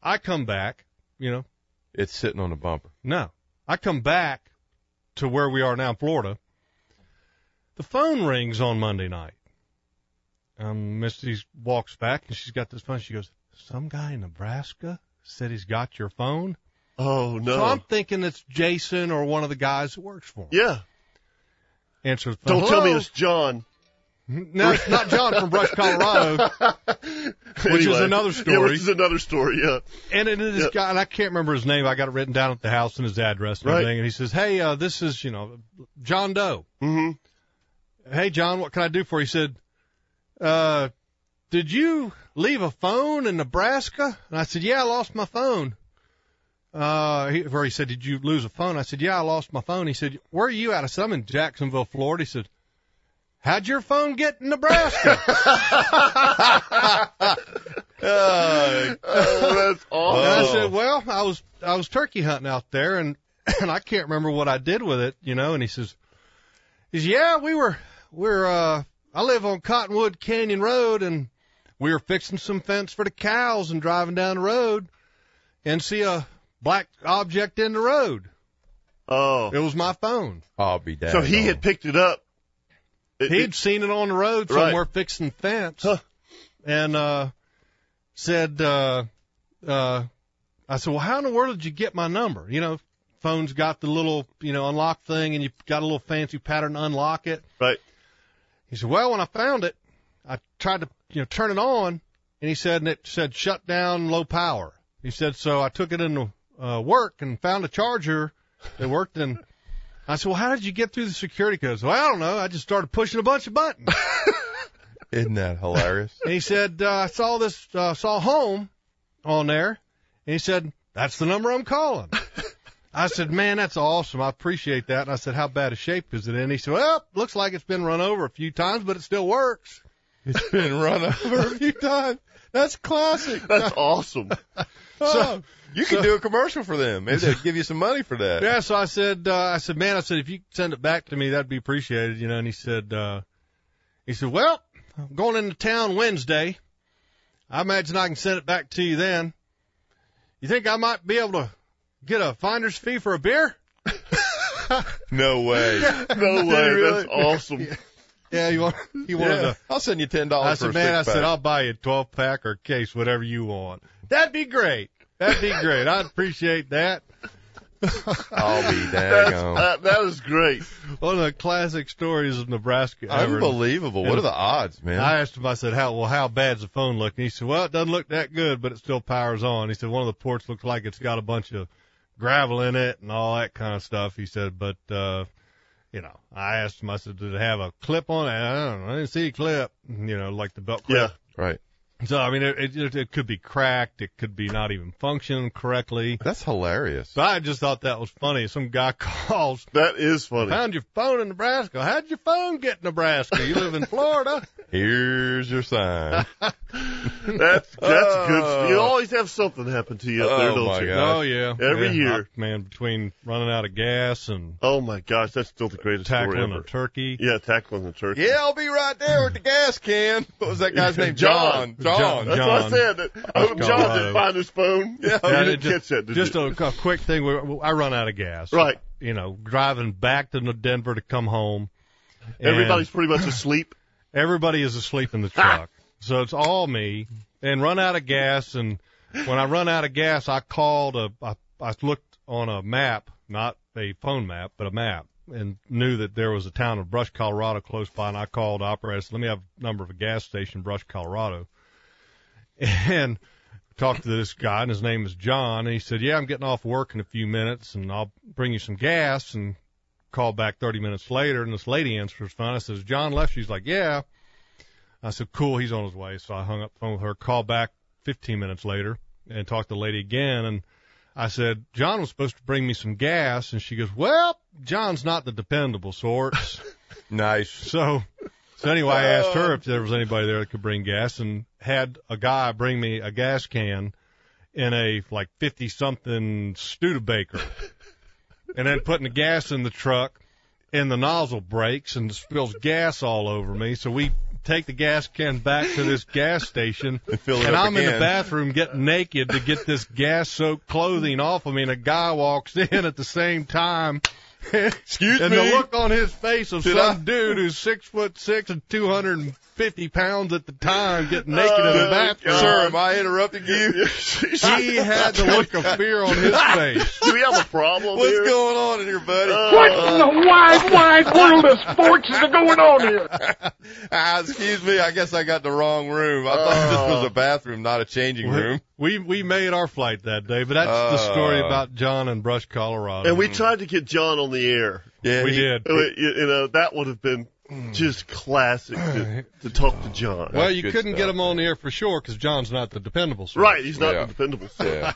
Speaker 3: I come back, you know,
Speaker 5: It's sitting on a bumper.
Speaker 3: no, I come back to where we are now, Florida. The phone rings on Monday night. Um, Misty walks back and she's got this phone. She goes, some guy in Nebraska said he's got your phone.
Speaker 4: Oh, no.
Speaker 3: So I'm thinking it's Jason or one of the guys that works for him.
Speaker 4: yeah.
Speaker 3: Answer the phone.
Speaker 4: Don't tell me
Speaker 3: "Hello?"
Speaker 4: it's John.
Speaker 3: No, it's not John from Brush, Colorado. Which is another
Speaker 4: Yeah,
Speaker 3: story.
Speaker 4: which is another story, yeah.
Speaker 3: And it is this
Speaker 4: Yeah.
Speaker 3: guy, and I can't remember his name. I got it written down at the house and his address and
Speaker 4: Right.
Speaker 3: everything. And he says, "Hey, uh, this is you know John Doe.
Speaker 4: Mm-hmm.
Speaker 3: Hey, John, what can I do for you?" He said, uh, "Did you leave a phone in Nebraska?" And I said, "Yeah, I lost my phone." Uh, he, where he said, "Did you lose a phone?" I said, "Yeah, I lost my phone." He said, "Where are you at?" I said, "I'm in Jacksonville, Florida." He said, "How'd your phone get in Nebraska?"
Speaker 4: Oh, that's
Speaker 3: Uh, And I
Speaker 4: awesome.
Speaker 3: said, "Well, I was I was turkey hunting out there, and and I can't remember what I did with it, you know." And he says, "He's yeah, we were we're uh I live on Cottonwood Canyon Road, and we were fixing some fence for the cows, and driving down the road, and see a black object in the road.
Speaker 4: Oh.
Speaker 3: It was my phone.
Speaker 5: I'll be damned.
Speaker 4: So he had picked it up. It-
Speaker 3: He'd seen it on the road somewhere
Speaker 4: Right.
Speaker 3: fixing fence,
Speaker 4: Huh.
Speaker 3: and uh said." uh uh, I said, well, how in the world did you get my number? You know, phone's got the little, you know, unlock thing and you've got a little fancy pattern to unlock it.
Speaker 4: Right.
Speaker 3: He said, well, when I found it, I tried to, you know, turn it on and he said, and it said shut down low power. He said, so I took it into uh, work and found a charger that worked and I said, well, how did you get through the security codes? Well, I don't know. I just started pushing a bunch of buttons.
Speaker 5: Isn't that hilarious?
Speaker 3: And he said, uh, I saw this, uh, saw home on there. And he said, that's the number I'm calling. I said, man, that's awesome. I appreciate that. And I said, how bad a shape is it in? He said, well, looks like it's been run over a few times, but it still works.
Speaker 5: it's been run over a few times. That's classic.
Speaker 4: That's awesome.
Speaker 5: So, you can
Speaker 3: so-
Speaker 5: do a commercial for them. Maybe they'll give you some money for that.
Speaker 3: Yeah. So I said, uh, I said, man, I said, if you could send it back to me, that'd be appreciated, you know. And he said, uh, he said, well, I'm going into town Wednesday. I imagine I can send it back to you then. You think I might be able to get a finder's fee for a beer?
Speaker 5: No way.
Speaker 4: No way.
Speaker 3: really?
Speaker 4: That's awesome.
Speaker 3: Yeah, you want you wanted
Speaker 5: Yeah.
Speaker 3: to
Speaker 5: I'll send you ten
Speaker 3: I
Speaker 5: dollars for a
Speaker 3: said, man, I
Speaker 5: six-pack."
Speaker 3: said, I'll buy you a 12 pack or a case, whatever you want. That'd be great. That'd be great. I'd appreciate that.
Speaker 5: I'll be
Speaker 4: That's,
Speaker 5: daggone.
Speaker 4: uh, that is great.
Speaker 3: One of the classic stories of Nebraska ever.
Speaker 5: Unbelievable. What are the odds, man?
Speaker 3: I asked him, I said, how, well, how bad's the phone looking? He said, well, it doesn't look that good, but it still powers on. He said, one of the ports looks like it's got a bunch of gravel in it and all that kind of stuff. He said, but, uh, you know, I asked him, I said, did it have a clip on it? I don't know. I didn't see a clip, you know, like the belt clip.
Speaker 4: Yeah.
Speaker 5: right.
Speaker 3: So I mean, it, it it could be cracked. It could be not even functioning correctly.
Speaker 5: That's hilarious.
Speaker 3: So I just thought that was funny. Some guy calls,
Speaker 4: That is funny.
Speaker 3: found your phone in Nebraska. How'd your phone get in Nebraska? You live in Florida.
Speaker 5: Here's your sign.
Speaker 4: That's that's a
Speaker 5: Oh.
Speaker 4: good. You always have something happen to you up there,
Speaker 5: Oh,
Speaker 4: don't
Speaker 5: my
Speaker 4: you?
Speaker 5: God.
Speaker 3: oh yeah,
Speaker 4: Every
Speaker 3: Yeah,
Speaker 4: year.
Speaker 3: I- man. Between running out of gas and
Speaker 4: Oh my gosh, that's still the greatest
Speaker 3: tackling
Speaker 4: story
Speaker 3: a
Speaker 4: ever.
Speaker 3: turkey.
Speaker 4: Yeah, tackling the turkey.
Speaker 5: yeah, I'll be right there with the gas can. What was that guy's name?
Speaker 4: John.
Speaker 5: John.
Speaker 4: That's
Speaker 5: John.
Speaker 4: what I
Speaker 3: John.
Speaker 4: said. That, I hope John
Speaker 3: Colorado.
Speaker 4: didn't find his phone. Yeah,
Speaker 3: Oh, Yeah,
Speaker 4: you
Speaker 3: it
Speaker 4: didn't
Speaker 3: just,
Speaker 4: catch that. Did
Speaker 3: just
Speaker 4: you?
Speaker 3: a, a quick thing. We- we- I run out of gas.
Speaker 4: Right.
Speaker 3: You know, driving back to Denver to come home. And-
Speaker 4: Everybody's pretty much asleep.
Speaker 3: Everybody is asleep in the truck. so it's all me and run out of gas. And when I run out of gas, I called a, I, I looked on a map, not a phone map, but a map and knew that there was a town of Brush, Colorado close by. And I called operator, I said, let me have a number of a gas station, Brush, Colorado. And talked to this guy and his name is John. And he said, yeah, I'm getting off work in a few minutes and I'll bring you some gas and called back 30 minutes later and this lady answers the phone. I says, John left. She's like, yeah. I said, cool. He's on his way. So I hung up the phone with her, called back 15 minutes later and talked to the lady again. And I said, John was supposed to bring me some gas. And she goes, well, John's not the dependable sort.
Speaker 5: Nice.
Speaker 3: so, so anyway, I asked her if there was anybody there that could bring gas and had a guy bring me a gas can in a like 50 something Studebaker and then putting the gas in the truck and the nozzle breaks and spills gas all over me. So we take the gas can back to this gas station
Speaker 5: And fill it
Speaker 3: and
Speaker 5: up
Speaker 3: I'm in the
Speaker 5: again.
Speaker 3: bathroom getting naked to get this gas soaked clothing off of me and a guy walks in at the same time.
Speaker 5: Excuse
Speaker 3: And
Speaker 5: me.
Speaker 3: the look on his face of
Speaker 5: Did
Speaker 3: some
Speaker 5: I-
Speaker 3: dude who's six foot six and two hundred and fifty pounds at the time getting naked in the
Speaker 4: Oh,
Speaker 3: bathroom.
Speaker 4: God.
Speaker 5: Sir, am I interrupting you?
Speaker 3: He had the look of fear on his face.
Speaker 4: Do we have a problem
Speaker 5: What's
Speaker 4: here? Uh,
Speaker 5: going on in here, buddy?
Speaker 4: What in
Speaker 9: the wide, wide world of sports is going on here?
Speaker 5: Ah, excuse me. I guess I got the wrong room. I thought this was a bathroom, not a changing room.
Speaker 3: We we made our flight that day, but that's the story
Speaker 5: Uh.
Speaker 3: about John and Brush, Colorado.
Speaker 4: And we tried to get John on the air.
Speaker 5: Yeah,
Speaker 3: we
Speaker 5: he-
Speaker 3: did.
Speaker 4: Uh, You you know, that would have been just classic to, to talk to John.
Speaker 3: Well, you
Speaker 5: good
Speaker 3: couldn't get
Speaker 5: stuff,
Speaker 3: him on the air for sure because John's not the dependable. Source.
Speaker 4: Right, he's not
Speaker 5: Yeah.
Speaker 4: dependable.
Speaker 5: Yeah.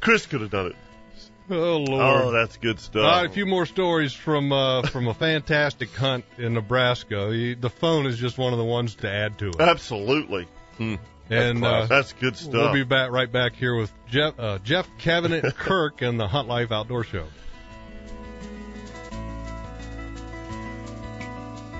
Speaker 4: Chris could have done it.
Speaker 3: Oh
Speaker 4: Oh,
Speaker 3: Lord.
Speaker 4: that's good stuff.
Speaker 3: All right, a few more stories from uh, from a fantastic hunt in Nebraska. You- The phone is just one of the ones to add to it.
Speaker 4: Absolutely.
Speaker 3: And uh,
Speaker 4: That's good stuff.
Speaker 3: We'll be back right back here with Jeff, uh, Jeff Cabinet Kirk and the Hunt Life Outdoor Show.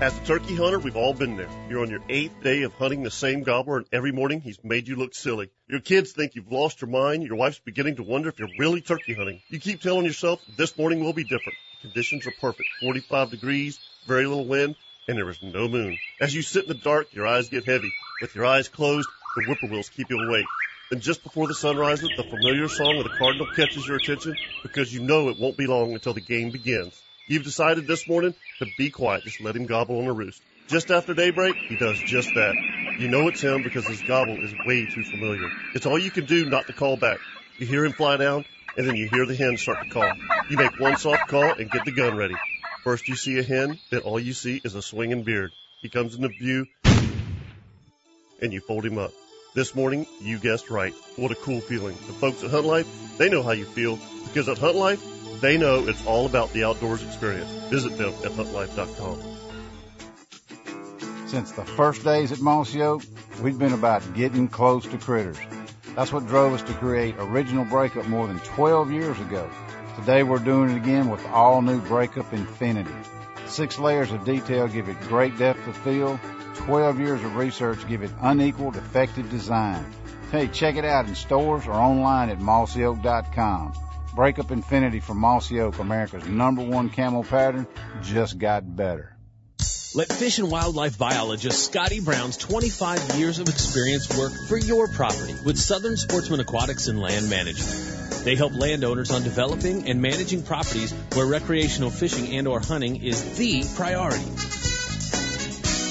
Speaker 4: As a turkey hunter, we've all been there. You're on your eighth day of hunting the same gobbler, and every morning he's made you look silly. Your kids think you've lost your mind. Your wife's beginning to wonder if you're really turkey hunting. You keep telling yourself this morning will be different. Conditions are perfect 45 degrees, very little wind, and there is no moon. As you sit in the dark, your eyes get heavy. With your eyes closed, the whippoorwills keep you awake. And just before the sun rises, the familiar song of the cardinal catches your attention because you know it won't be long until the game begins. You've decided this morning to be quiet, just let him gobble on the roost. Just after daybreak, he does just that. You know it's him because his gobble is way too familiar. It's all you can do not to call back. You hear him fly down, and then you hear the hen start to call. You make one soft call and get the gun ready. First you see a hen, then all you see is a swinging beard. He comes into view, and you fold him up. This morning, you guessed right. What a cool feeling. The folks at Hunt Life, they know how you feel because at Hunt Life, they know it's all about the outdoors experience. Visit them at huntlife.com.
Speaker 6: Since the first days at Mossy Oak, we've been about getting close to critters. That's what drove us to create Original Breakup more than 12 years ago. Today we're doing it again with all new Breakup Infinity. Six layers of detail give it great depth of field, 12 years of research give it unequaled effective design. Hey, check it out in stores or online at mossyoak.com. Break up infinity from Mossy Oak, America's number one camel pattern, just got better.
Speaker 10: Let fish and wildlife biologist Scotty Brown's 25 years of experience work for your property with Southern Sportsman Aquatics and Land Management. They help landowners on developing and managing properties where recreational fishing and or hunting is the priority.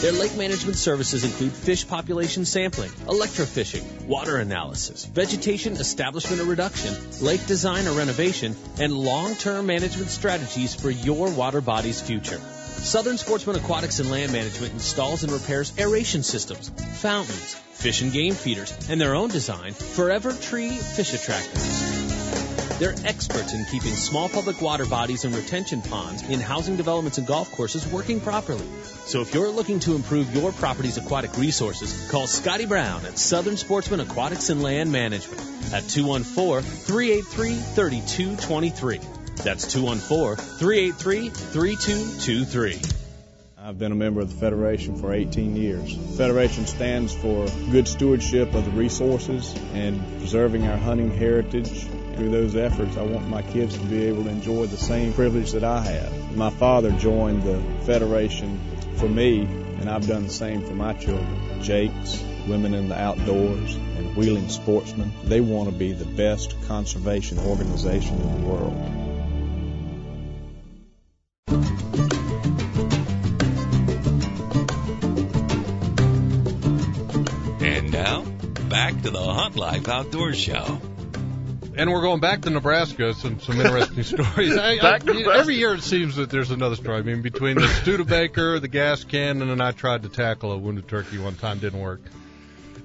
Speaker 10: Their lake management services include fish population sampling, electrofishing, water analysis, vegetation establishment or reduction, lake design or renovation, and long-term management strategies for your water body's future. Southern Sportsman Aquatics and Land Management installs and repairs aeration systems, fountains, fish and game feeders, and their own design, Forever Tree Fish Attractors. They're experts in keeping small public water bodies and retention ponds in housing developments and golf courses working properly. So if you're looking to improve your property's aquatic resources, call Scotty Brown at Southern Sportsman Aquatics and Land Management at 214-383-3223. That's 214-383-3223.
Speaker 5: I've been a member of the Federation for 18 years. Federation stands for good stewardship of the resources and preserving our hunting heritage. Through those efforts, I want my kids to be able to enjoy the same privilege that I have. My father joined the Federation for me, and I've done the same for my children. Jakes, women in the outdoors, and wheeling sportsmen, they want to be the best conservation organization in the world.
Speaker 2: And now, back to the Hunt Life Outdoor Show.
Speaker 3: And we're going back to Nebraska. Some some interesting stories. I, I-
Speaker 2: Back to
Speaker 3: you know, every year it seems that there's another story. I mean, between the Studebaker, the gas cannon, and I tried to tackle a wounded turkey one time, didn't work.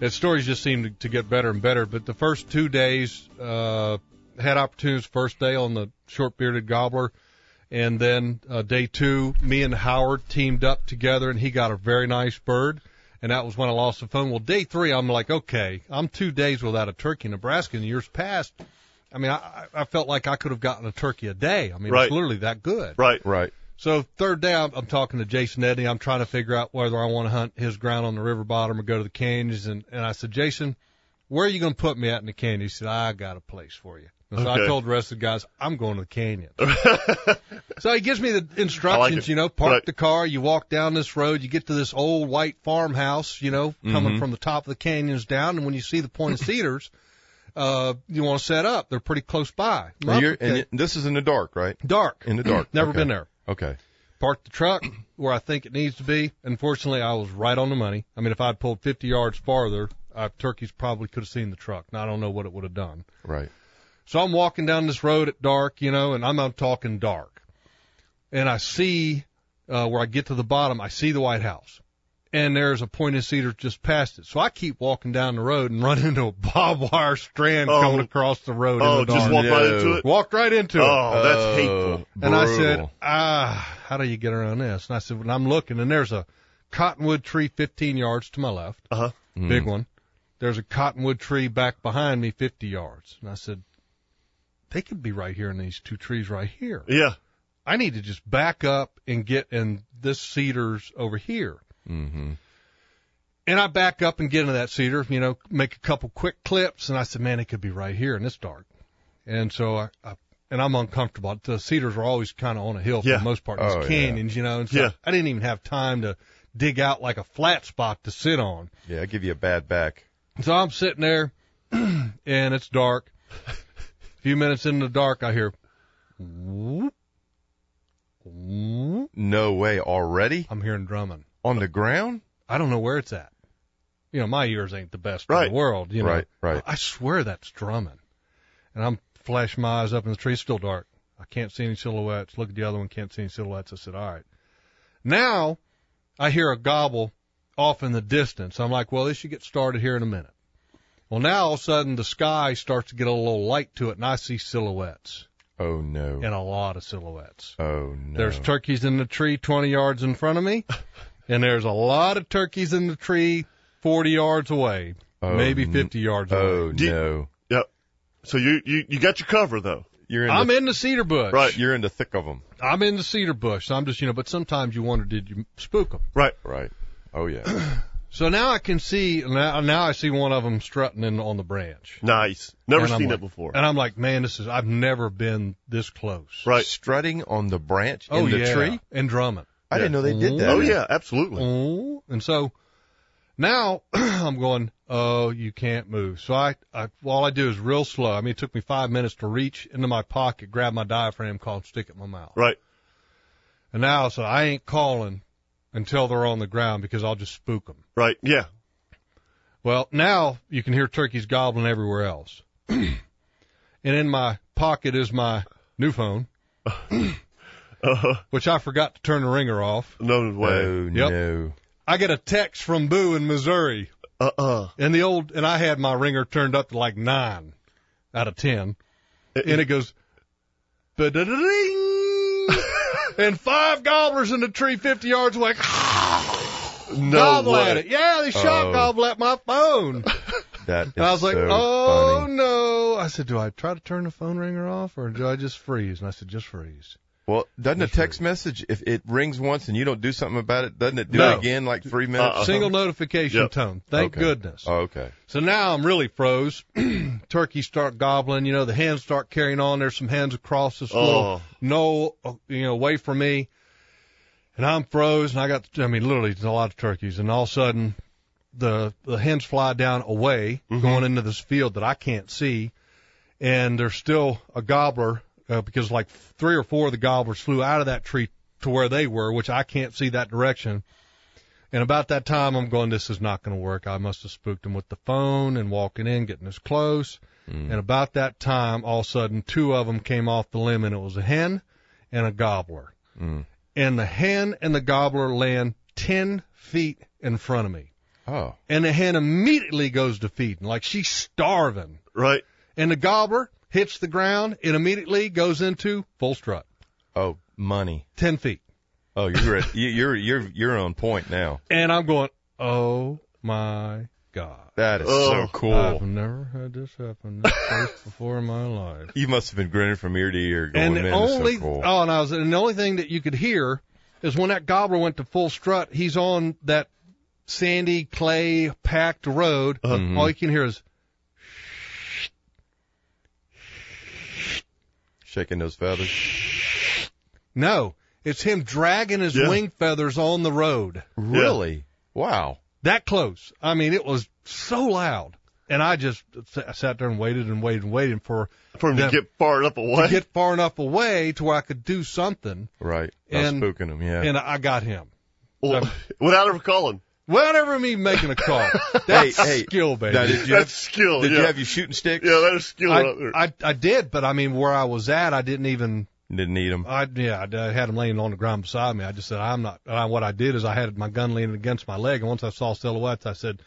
Speaker 3: And stories just seem to, to get better and better. But the first two days uh, had opportunities. First day on the short bearded gobbler, and then uh, day two, me and Howard teamed up together, and he got a very nice bird. And that was when I lost the phone. Well, day three, I'm like, okay, I'm two days without a turkey in Nebraska. In years past, I mean, I, I I felt like I could have gotten a turkey a day. I mean,
Speaker 4: Right.
Speaker 3: it's literally that good.
Speaker 4: Right.
Speaker 11: Right.
Speaker 3: So third day, I'm, I'm talking to Jason Edney. I'm trying to figure out whether I want to hunt his ground on the river bottom or go to the canyons. And, and I said, Jason, where are you going to put me at in the canyon? He said, I got a place for you. And so I
Speaker 4: Okay.
Speaker 3: told the rest of the guys, I'm going to the canyon. so he gives me the
Speaker 4: I like
Speaker 3: instructions,
Speaker 4: it.
Speaker 3: you know, park
Speaker 4: Right.
Speaker 3: the car, you walk down this road, you get to this old white farmhouse, you know, coming
Speaker 11: Mhm.
Speaker 3: from the top of the canyons down. And when you see the point of cedars, uh, you want to set up. They're pretty close by.
Speaker 11: And, you're,
Speaker 3: Okay.
Speaker 11: and it- this is in the dark, right?
Speaker 3: Dark.
Speaker 11: In the dark.
Speaker 3: Never
Speaker 11: Okay.
Speaker 3: been there
Speaker 11: Okay.
Speaker 3: parked the truck where I think it needs to be. Unfortunately, I was right on the money. I mean, if I'd pulled 50 yards farther, uh, turkeys probably could have seen the truck. Now I don't know what it would have done.
Speaker 11: Right.
Speaker 3: So I'm walking down this road at dark, you know, and I'm not talking dark. And I see, uh, where I get to the bottom, I see the White House. And there's a pointed cedar just past it. So I keep walking down the road and run into a barbed wire strand
Speaker 4: Oh.
Speaker 3: coming across the road.
Speaker 4: Oh,
Speaker 3: in the dark.
Speaker 4: just walk right
Speaker 11: Yeah.
Speaker 4: into it.
Speaker 3: Walked right into it.
Speaker 4: Oh, that's
Speaker 11: Uh,
Speaker 4: hateful.
Speaker 3: And I said,
Speaker 11: brutal.
Speaker 3: ah, how do you get around this? And I said, well, I'm looking, and there's a cottonwood tree 15 yards to my left,
Speaker 4: Uh huh.
Speaker 3: big one. There's a cottonwood tree back behind me 50 yards. And I said, they could be right here in these two trees right here.
Speaker 4: Yeah.
Speaker 3: I need to just back up and get in this cedar's over here.
Speaker 11: Mm-hmm.
Speaker 3: And I back up and get into that cedar, you know, make a couple quick clips. And I said, man, it could be right here and it's dark. And so I, I and I'm uncomfortable. The cedars are always kind of on a hill for
Speaker 4: Yeah.
Speaker 3: the most part.
Speaker 11: Oh,
Speaker 3: These
Speaker 11: yeah.
Speaker 3: canyons, you know, and so
Speaker 4: Yeah.
Speaker 3: I didn't even have time to dig out like a flat spot to sit on.
Speaker 11: Yeah, I give you a bad back.
Speaker 3: So I'm sitting there and it's dark. A few minutes in the dark, I hear, whoop, whoop.
Speaker 11: No way. Already
Speaker 3: I'm hearing drumming.
Speaker 11: on the ground?
Speaker 3: I don't know where it's at. You know, my ears ain't the best
Speaker 4: Right.
Speaker 3: in the world. You know,
Speaker 11: Right, right.
Speaker 3: I swear that's drumming. And I'm flashing my eyes up in the tree. It's still dark. I can't see any silhouettes. Look at the other one. Can't see any silhouettes. I said, all right. Now I hear a gobble off in the distance. I'm like, well, this should get started here in a minute. Well, now all of a sudden the sky starts to get a little light to it and I see silhouettes
Speaker 11: Oh no.
Speaker 3: and a lot of silhouettes.
Speaker 11: Oh no.
Speaker 3: There's turkeys in the tree 20 yards in front of me, and there's a lot of turkeys in the tree 40 yards away,
Speaker 11: Oh,
Speaker 3: maybe
Speaker 11: n-
Speaker 3: 50 yards
Speaker 11: Oh
Speaker 3: away.
Speaker 4: Do-
Speaker 11: no.
Speaker 4: So you, you you got your cover though.
Speaker 11: You're in.
Speaker 3: I'm
Speaker 11: the,
Speaker 3: in the cedar bush.
Speaker 4: Right.
Speaker 11: You're in the thick of them.
Speaker 3: I'm in the cedar bush. So I'm just, you know, but sometimes you wonder, did you spook them?
Speaker 4: Right.
Speaker 11: Right.
Speaker 5: Oh yeah.
Speaker 3: So now I can see now, now I see one of them strutting in, on the branch.
Speaker 4: Nice. Never
Speaker 3: And I'm
Speaker 4: seen
Speaker 3: like- "Oh,
Speaker 4: it before.
Speaker 3: And I'm like, man, this is I've never been this close.
Speaker 4: Right.
Speaker 5: Strutting on the branch
Speaker 3: oh
Speaker 5: in the
Speaker 3: yeah,
Speaker 5: tree.
Speaker 3: and drumming.
Speaker 5: I didn't know they did that.
Speaker 4: Oh yeah, absolutely.
Speaker 3: Oh, and so now I'm going, oh, you can't move. So I, I, all I do is real slow. I mean, it took me five minutes to reach into my pocket, grab my diaphragm call, and stick it in my mouth.
Speaker 4: Right.
Speaker 3: And now I said, I ain't calling until they're on the ground because I'll just spook them.
Speaker 4: Right. Yeah.
Speaker 3: Well, now you can hear turkeys gobbling everywhere else. and in my pocket is my new phone, which I forgot to turn the ringer off.
Speaker 4: No Uh-huh. way.
Speaker 5: Oh
Speaker 3: Yep.
Speaker 5: no.
Speaker 3: I get a text from Boo in Missouri.
Speaker 4: Uh uh
Speaker 3: And the old and I had my ringer turned up to like nine out of ten, and it goes, "Ba-da-da-ding," and five gobblers in the tree fifty yards away.
Speaker 4: No
Speaker 3: gobble
Speaker 4: way.
Speaker 3: at it. Yeah, they shot
Speaker 5: Oh.
Speaker 3: gobble at my phone.
Speaker 5: That.
Speaker 3: And I was
Speaker 5: is
Speaker 3: like,
Speaker 5: so
Speaker 3: "Oh
Speaker 5: funny.
Speaker 3: no!" I said, "Do I try to turn the phone ringer off, or do I just freeze?" And I said, "Just freeze."
Speaker 5: Well, doesn't a text message if it rings once and you don't do something about it, doesn't it do
Speaker 3: No.
Speaker 5: it again like three minutes?
Speaker 4: Uh-uh.
Speaker 5: or
Speaker 3: Single
Speaker 5: something?
Speaker 3: notification
Speaker 4: Yep.
Speaker 3: tone. Thank
Speaker 5: Uh-huh. Okay.
Speaker 3: goodness.
Speaker 5: Oh, okay.
Speaker 3: So now I'm really froze. Turkeys start gobbling. You know, the hens start carrying on. There's some hens across this little
Speaker 4: Oh.
Speaker 3: knoll, uh, you know, away from me. And I'm froze. And I got, I mean, literally, there's a lot of turkeys. And all of a sudden, the, the hens fly down away, going into this field that I can't see. And there's still a gobbler, uh, because like three or four of the gobblers flew out of that tree to where they were, which I can't see that direction. And about that time, I'm going, this is not going to work. I must have spooked him with the phone and walking in, getting this close. And about that time, all of a sudden, two of them came off the limb, and it was a hen and a gobbler. And the hen and the gobbler land 10 feet in front of me.
Speaker 5: Oh.
Speaker 3: And the hen immediately goes to feeding, like she's starving.
Speaker 4: Right.
Speaker 3: And the gobbler hits the ground and immediately goes into full strut,
Speaker 5: Oh, money.
Speaker 3: 10 feet.
Speaker 5: Oh, you're at, you- you're you're you're on point now.
Speaker 3: And I'm going, oh my God.
Speaker 5: That is
Speaker 4: Oh.
Speaker 5: so cool.
Speaker 3: I've never had this happen this close before in my life.
Speaker 5: you must have been grinning from ear to ear. Going,
Speaker 3: And
Speaker 5: Man,
Speaker 3: the
Speaker 5: this is
Speaker 3: only
Speaker 5: so cool.
Speaker 3: oh, and I was and the only thing that you could hear is when that gobbler went to full strut. He's on that sandy clay packed road.
Speaker 5: Uh-huh.
Speaker 3: All you can hear is
Speaker 5: shaking those feathers.
Speaker 3: no. It's him dragging his
Speaker 4: Yeah.
Speaker 3: wing feathers on the road.
Speaker 5: Really? Wow.
Speaker 3: That close. I mean, it was so loud. And I just sa- sat there and waited and waited and waited for
Speaker 4: For him to
Speaker 3: Yeah.
Speaker 4: get far enough away.
Speaker 3: to get far enough away to where I could do something.
Speaker 5: Right.
Speaker 3: And-
Speaker 5: I was spooking them. Yeah.
Speaker 3: And I got him.
Speaker 4: Well, without ever calling.
Speaker 3: Whatever me making a call. That's
Speaker 5: hey,
Speaker 3: skill, baby.
Speaker 5: now, did you
Speaker 4: That's
Speaker 5: have,
Speaker 4: skill.
Speaker 5: did
Speaker 4: yeah.
Speaker 5: you have your shooting stick?
Speaker 4: yeah, that is skill
Speaker 3: I,
Speaker 4: up there.
Speaker 3: I I did, but I mean, where I was at, I didn't even.
Speaker 5: Didn't need them.
Speaker 3: I yeah, I, I had him laying on the ground beside me. I just said, I'm not. I, what I did is I had my gun leaning against my leg, and once I saw silhouettes, I said,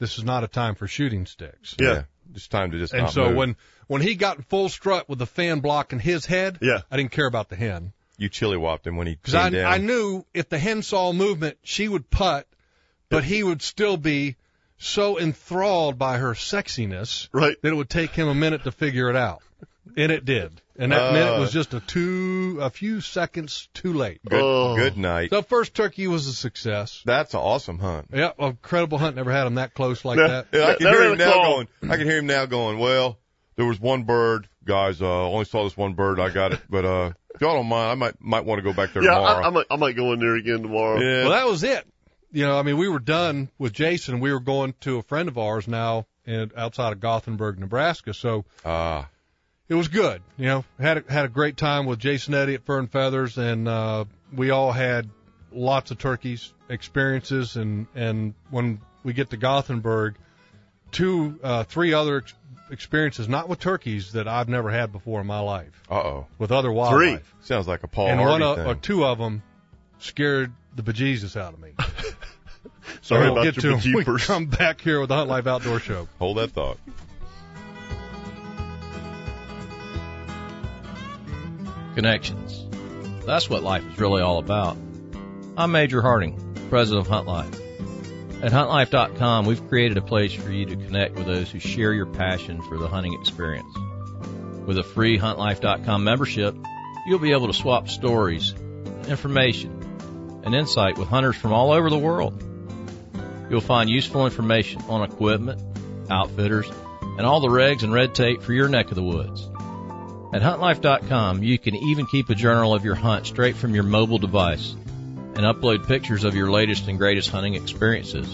Speaker 3: this is not a time for shooting sticks.
Speaker 4: yeah. Oh,
Speaker 5: It's time to just.
Speaker 3: And
Speaker 5: not
Speaker 3: so
Speaker 5: move.
Speaker 3: when when he got in full strut with the fan blocking his head,
Speaker 4: Yeah.
Speaker 3: I didn't care about the hen
Speaker 5: you chili whopped him when he
Speaker 3: because
Speaker 5: came
Speaker 3: I
Speaker 5: down.
Speaker 3: I knew if the hen saw movement, she would putt, but he would still be so enthralled by her sexiness
Speaker 4: Right.
Speaker 3: that it would take him a minute to figure it out. And it did. And that
Speaker 5: Uh.
Speaker 3: minute was just a two a few seconds too late.
Speaker 5: good,
Speaker 4: Oh.
Speaker 5: good night.
Speaker 3: So first turkey was a success.
Speaker 5: That's an awesome hunt.
Speaker 3: Yeah, incredible hunt. Never had him that close like
Speaker 4: Yeah.
Speaker 3: that.
Speaker 5: Yeah, I
Speaker 4: That-
Speaker 5: can
Speaker 4: that
Speaker 5: hear
Speaker 4: really
Speaker 5: him now
Speaker 4: call.
Speaker 5: going. I can hear him now going. Well, there was one bird, guys. Uh, only saw this one bird. I got it, but uh, if y'all don't mind, I might might want to go back there
Speaker 4: Yeah,
Speaker 5: tomorrow.
Speaker 4: I, I might I might go in there again tomorrow.
Speaker 5: yeah.
Speaker 3: Well, that was it. You know, I mean, we were done with Jason. We were going to a friend of ours now in, outside of Gothenburg, Nebraska. So
Speaker 5: Ah,
Speaker 3: it was good. You know, had a, had a great time with Jason Eddy at Fern Feathers, and uh, we all had lots of turkeys experiences. And and when we get to Gothenburg, two uh, three other ex- experiences, not with turkeys that I've never had before in my life,
Speaker 5: uh oh.
Speaker 3: with other wildlife.
Speaker 5: Sounds like a Paul
Speaker 3: And one
Speaker 5: Harvey
Speaker 3: of,
Speaker 5: thing.
Speaker 3: or two of them scared the bejesus out of me.
Speaker 4: Sorry
Speaker 3: we'll
Speaker 4: about
Speaker 3: get
Speaker 4: your
Speaker 3: to 'em. We
Speaker 4: bejeepers.
Speaker 3: come back here with the Hunt Life Outdoor Show.
Speaker 5: Hold that thought.
Speaker 10: connections. That's what life is really all about. I'm Major Harding, president of Hunt Life. At huntlife.com, we've created a place for you to connect with those who share your passion for the hunting experience. With a free huntlife.com membership, you'll be able to swap stories, information, and insight with hunters from all over the world. You'll find useful information on equipment, outfitters, and all the regs and red tape for your neck of the woods. At huntlife.com, you can even keep a journal of your hunt straight from your mobile device and upload pictures of your latest and greatest hunting experiences.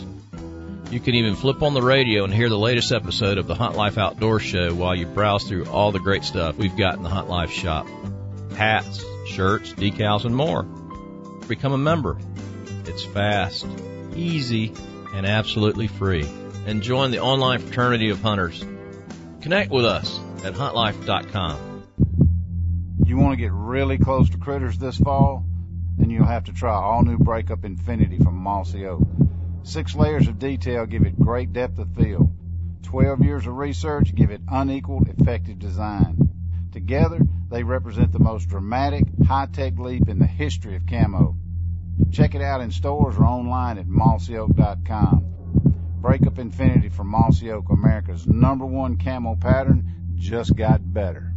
Speaker 10: You can even flip on the radio and hear the latest episode of the Hunt Life Outdoor Show while you browse through all the great stuff we've got in the Hunt Life shop hats, shirts, decals, and more. Become a member. It's fast, easy, and absolutely free. And join the online fraternity of hunters. Connect with us at huntlife.com.
Speaker 6: You want to get really close to critters this fall? Then you'll have to try all new Breakup Infinity from Mossy Oak. Six layers of detail give it great depth of field. Twelve years of research give it unequaled effective design. Together, they represent the most dramatic, high-tech leap in the history of camo. Check it out in stores or online at mossyoak.com. Breakup Infinity from Mossy Oak, America's number one camo pattern, just got better.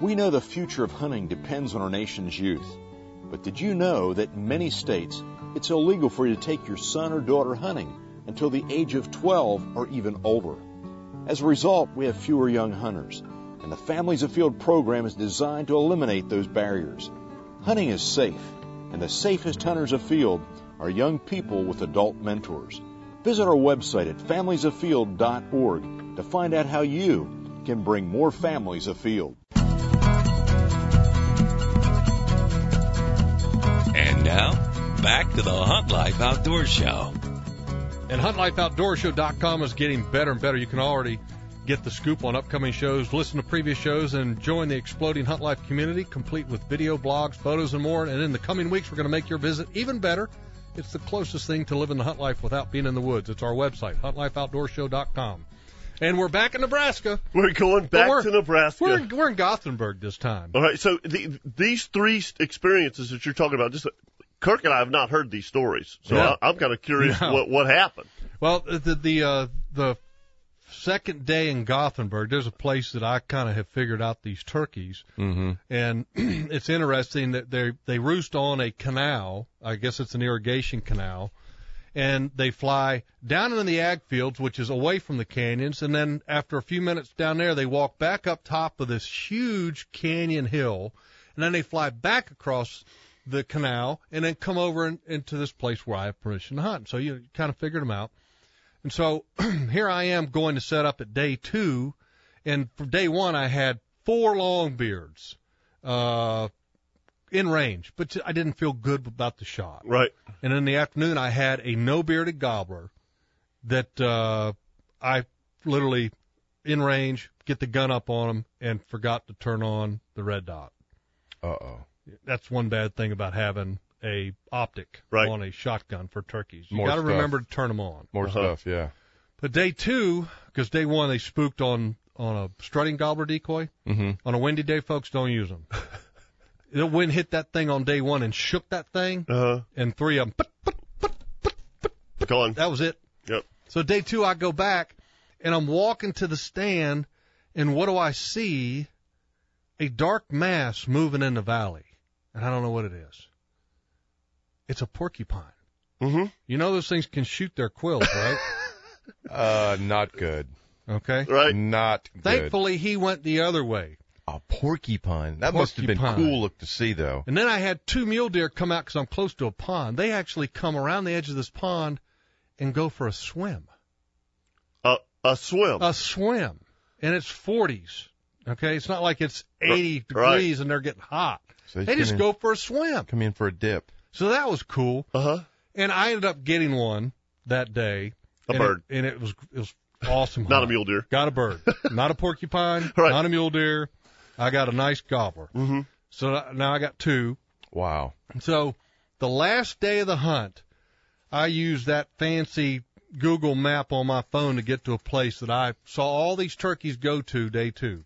Speaker 12: We know the future of hunting depends on our nation's youth. But did you know that in many states, it's illegal for you to take your son or daughter hunting until the age of 12 or even older? As a result, we have fewer young hunters, and the Families of Field program is designed to eliminate those barriers. Hunting is safe, and the safest hunters of field are young people with adult mentors. Visit our website at familiesoffield.org to find out how you can bring more families afield.
Speaker 2: And now, back to the Hunt Life Outdoor Show.
Speaker 3: And HuntLifeOutdoorShow.com is getting better and better. You can already get the scoop on upcoming shows, listen to previous shows, and join the exploding Hunt Life community, complete with video, blogs, photos, and more. And in the coming weeks, we're going to make your visit even better. It's the closest thing to living the hunt life without being in the woods. It's our website, huntlifeoutdoorshow.com. And we're back in Nebraska.
Speaker 4: We're going back
Speaker 3: we're-
Speaker 4: to Nebraska.
Speaker 3: We're in, we're in Gothenburg this time.
Speaker 4: All right. So the, these three experiences that you're talking about, just Kirk and I have not heard these stories, so
Speaker 3: No.
Speaker 4: I, I'm kind of curious
Speaker 3: No.
Speaker 4: what what happened.
Speaker 3: Well, the the uh, the second day in Gothenburg, there's a place that I kind of have figured out these turkeys,
Speaker 5: Mm-hmm.
Speaker 3: and it's interesting that they they roost on a canal. I guess it's an irrigation canal, and they fly down into the ag fields, which is away from the canyons. And then after a few minutes down there, they walk back up top of this huge canyon hill, and then they fly back across the canal and then come over in, into this place where I have permission to hunt. So you kind of figured them out. And so here I am going to set up at day two, and for day one I had four long beards, uh, in range, but I didn't feel good about the shot.
Speaker 4: Right.
Speaker 3: And in the afternoon I had a no bearded gobbler that uh, I literally in range get the gun up on him and forgot to turn on the red dot.
Speaker 5: Uh oh.
Speaker 3: That's one bad thing about having a optic
Speaker 5: Right.
Speaker 3: on a shotgun for turkeys. You
Speaker 5: More
Speaker 3: got to
Speaker 5: stuff.
Speaker 3: remember to turn them on.
Speaker 5: More
Speaker 12: Uh-huh.
Speaker 5: stuff, yeah.
Speaker 3: But day two, because day one they spooked on on a strutting gobbler decoy.
Speaker 5: Mm-hmm.
Speaker 3: On a windy day, folks don't use them. the wind hit that thing on day one and shook that thing,
Speaker 4: Uh-huh.
Speaker 3: and three of them.
Speaker 4: Gone.
Speaker 3: That was it.
Speaker 4: Yep.
Speaker 3: So day two, I go back, and I'm walking to the stand, and what do I see? A dark mass moving in the valley, and I don't know what it is. It's a porcupine.
Speaker 4: Mm-hmm.
Speaker 3: You know those things can shoot their quills, right?
Speaker 5: Uh, not good.
Speaker 3: Okay.
Speaker 4: Right.
Speaker 5: Not good.
Speaker 3: Thankfully, he went the other way.
Speaker 5: A porcupine. That must have been
Speaker 3: Porcupine.
Speaker 5: cool look to see, though.
Speaker 3: And then I had two mule deer come out because I'm close to a pond. They actually come around the edge of this pond and go for a swim.
Speaker 4: A Uh, a swim.
Speaker 3: A swim. And it's 40s. Okay. It's not like it's 80
Speaker 5: Right.
Speaker 3: degrees and they're getting hot.
Speaker 5: So
Speaker 3: they
Speaker 5: you
Speaker 3: just
Speaker 5: can-
Speaker 3: go for a swim.
Speaker 5: Come in for a dip.
Speaker 3: So that was cool.
Speaker 4: Uh huh.
Speaker 3: And I ended up getting one that day.
Speaker 4: A
Speaker 3: and
Speaker 4: bird.
Speaker 3: It, and it was it was awesome.
Speaker 4: Not a
Speaker 3: hunt.
Speaker 4: mule deer.
Speaker 3: Got a bird. not a porcupine. Not a mule deer. I got a nice gobbler.
Speaker 4: Mm-hmm.
Speaker 3: So th- now I got two.
Speaker 5: Wow.
Speaker 3: And So the last day of the hunt, I used that fancy Google map on my phone to get to a place that I saw all these turkeys go to day two,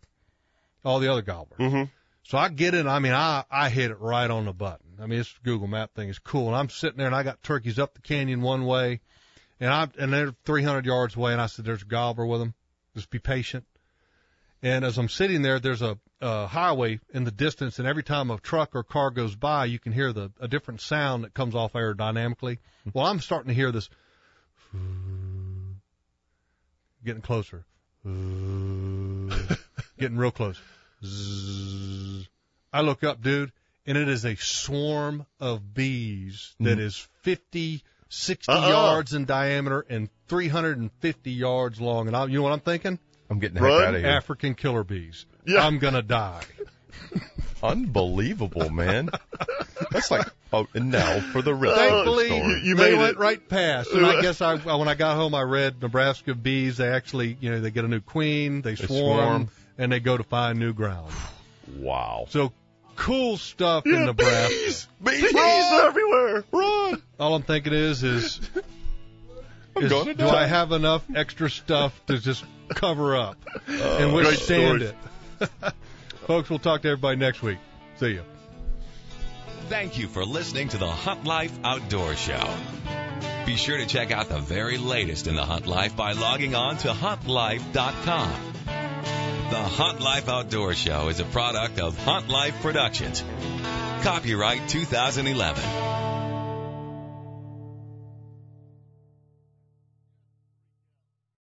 Speaker 3: all the other gobblers.
Speaker 4: Mm-hmm.
Speaker 3: So I get in. I mean, I I hit it right on the button. I mean, this Google Map thing is cool. And I'm sitting there, and I got turkeys up the canyon one way, and I and they're 300 yards away. And I said, "There's a gobbler with them. Just be patient." And as I'm sitting there, there's a, a highway in the distance, and every time a truck or car goes by, you can hear the a different sound that comes off aerodynamically. Well, I'm starting to hear this. Getting closer. Ooh. Getting real close. Zzz. I look up, dude, and it is a swarm of bees that is 50, 60
Speaker 4: Uh-uh.
Speaker 3: yards in diameter and 350 yards long. And I, you know what I'm thinking?
Speaker 5: I'm getting
Speaker 3: the heck outta here. African killer bees. I'm gonna die.
Speaker 5: Unbelievable, man. That's like oh, and now for the rest
Speaker 3: Thankfully,
Speaker 5: of the story.
Speaker 3: they went right past. And I guess I, I- when I got home, I read Nebraska bees. They actually, you know, they get a new queen, they
Speaker 5: They
Speaker 3: swarm,
Speaker 5: swarm.
Speaker 3: and they go to find new ground.
Speaker 5: Wow.
Speaker 3: So cool stuff in Nebraska.
Speaker 4: bees, bees everywhere.
Speaker 5: Run!
Speaker 3: All I'm thinking is, is,
Speaker 4: I'm
Speaker 3: is
Speaker 4: gonna
Speaker 3: do
Speaker 4: die.
Speaker 3: I have enough extra stuff to just cover up and
Speaker 4: Uh, great
Speaker 3: withstand
Speaker 4: stories.
Speaker 3: it? Folks, we'll talk to everybody next week. See ya.
Speaker 2: Thank you for listening to the Hunt Life Outdoor Show. Be sure to check out the very latest in the Hunt Life by logging on to huntlife.com. The Hunt Life Outdoor Show is a product of Hunt Life Productions. Copyright 2011.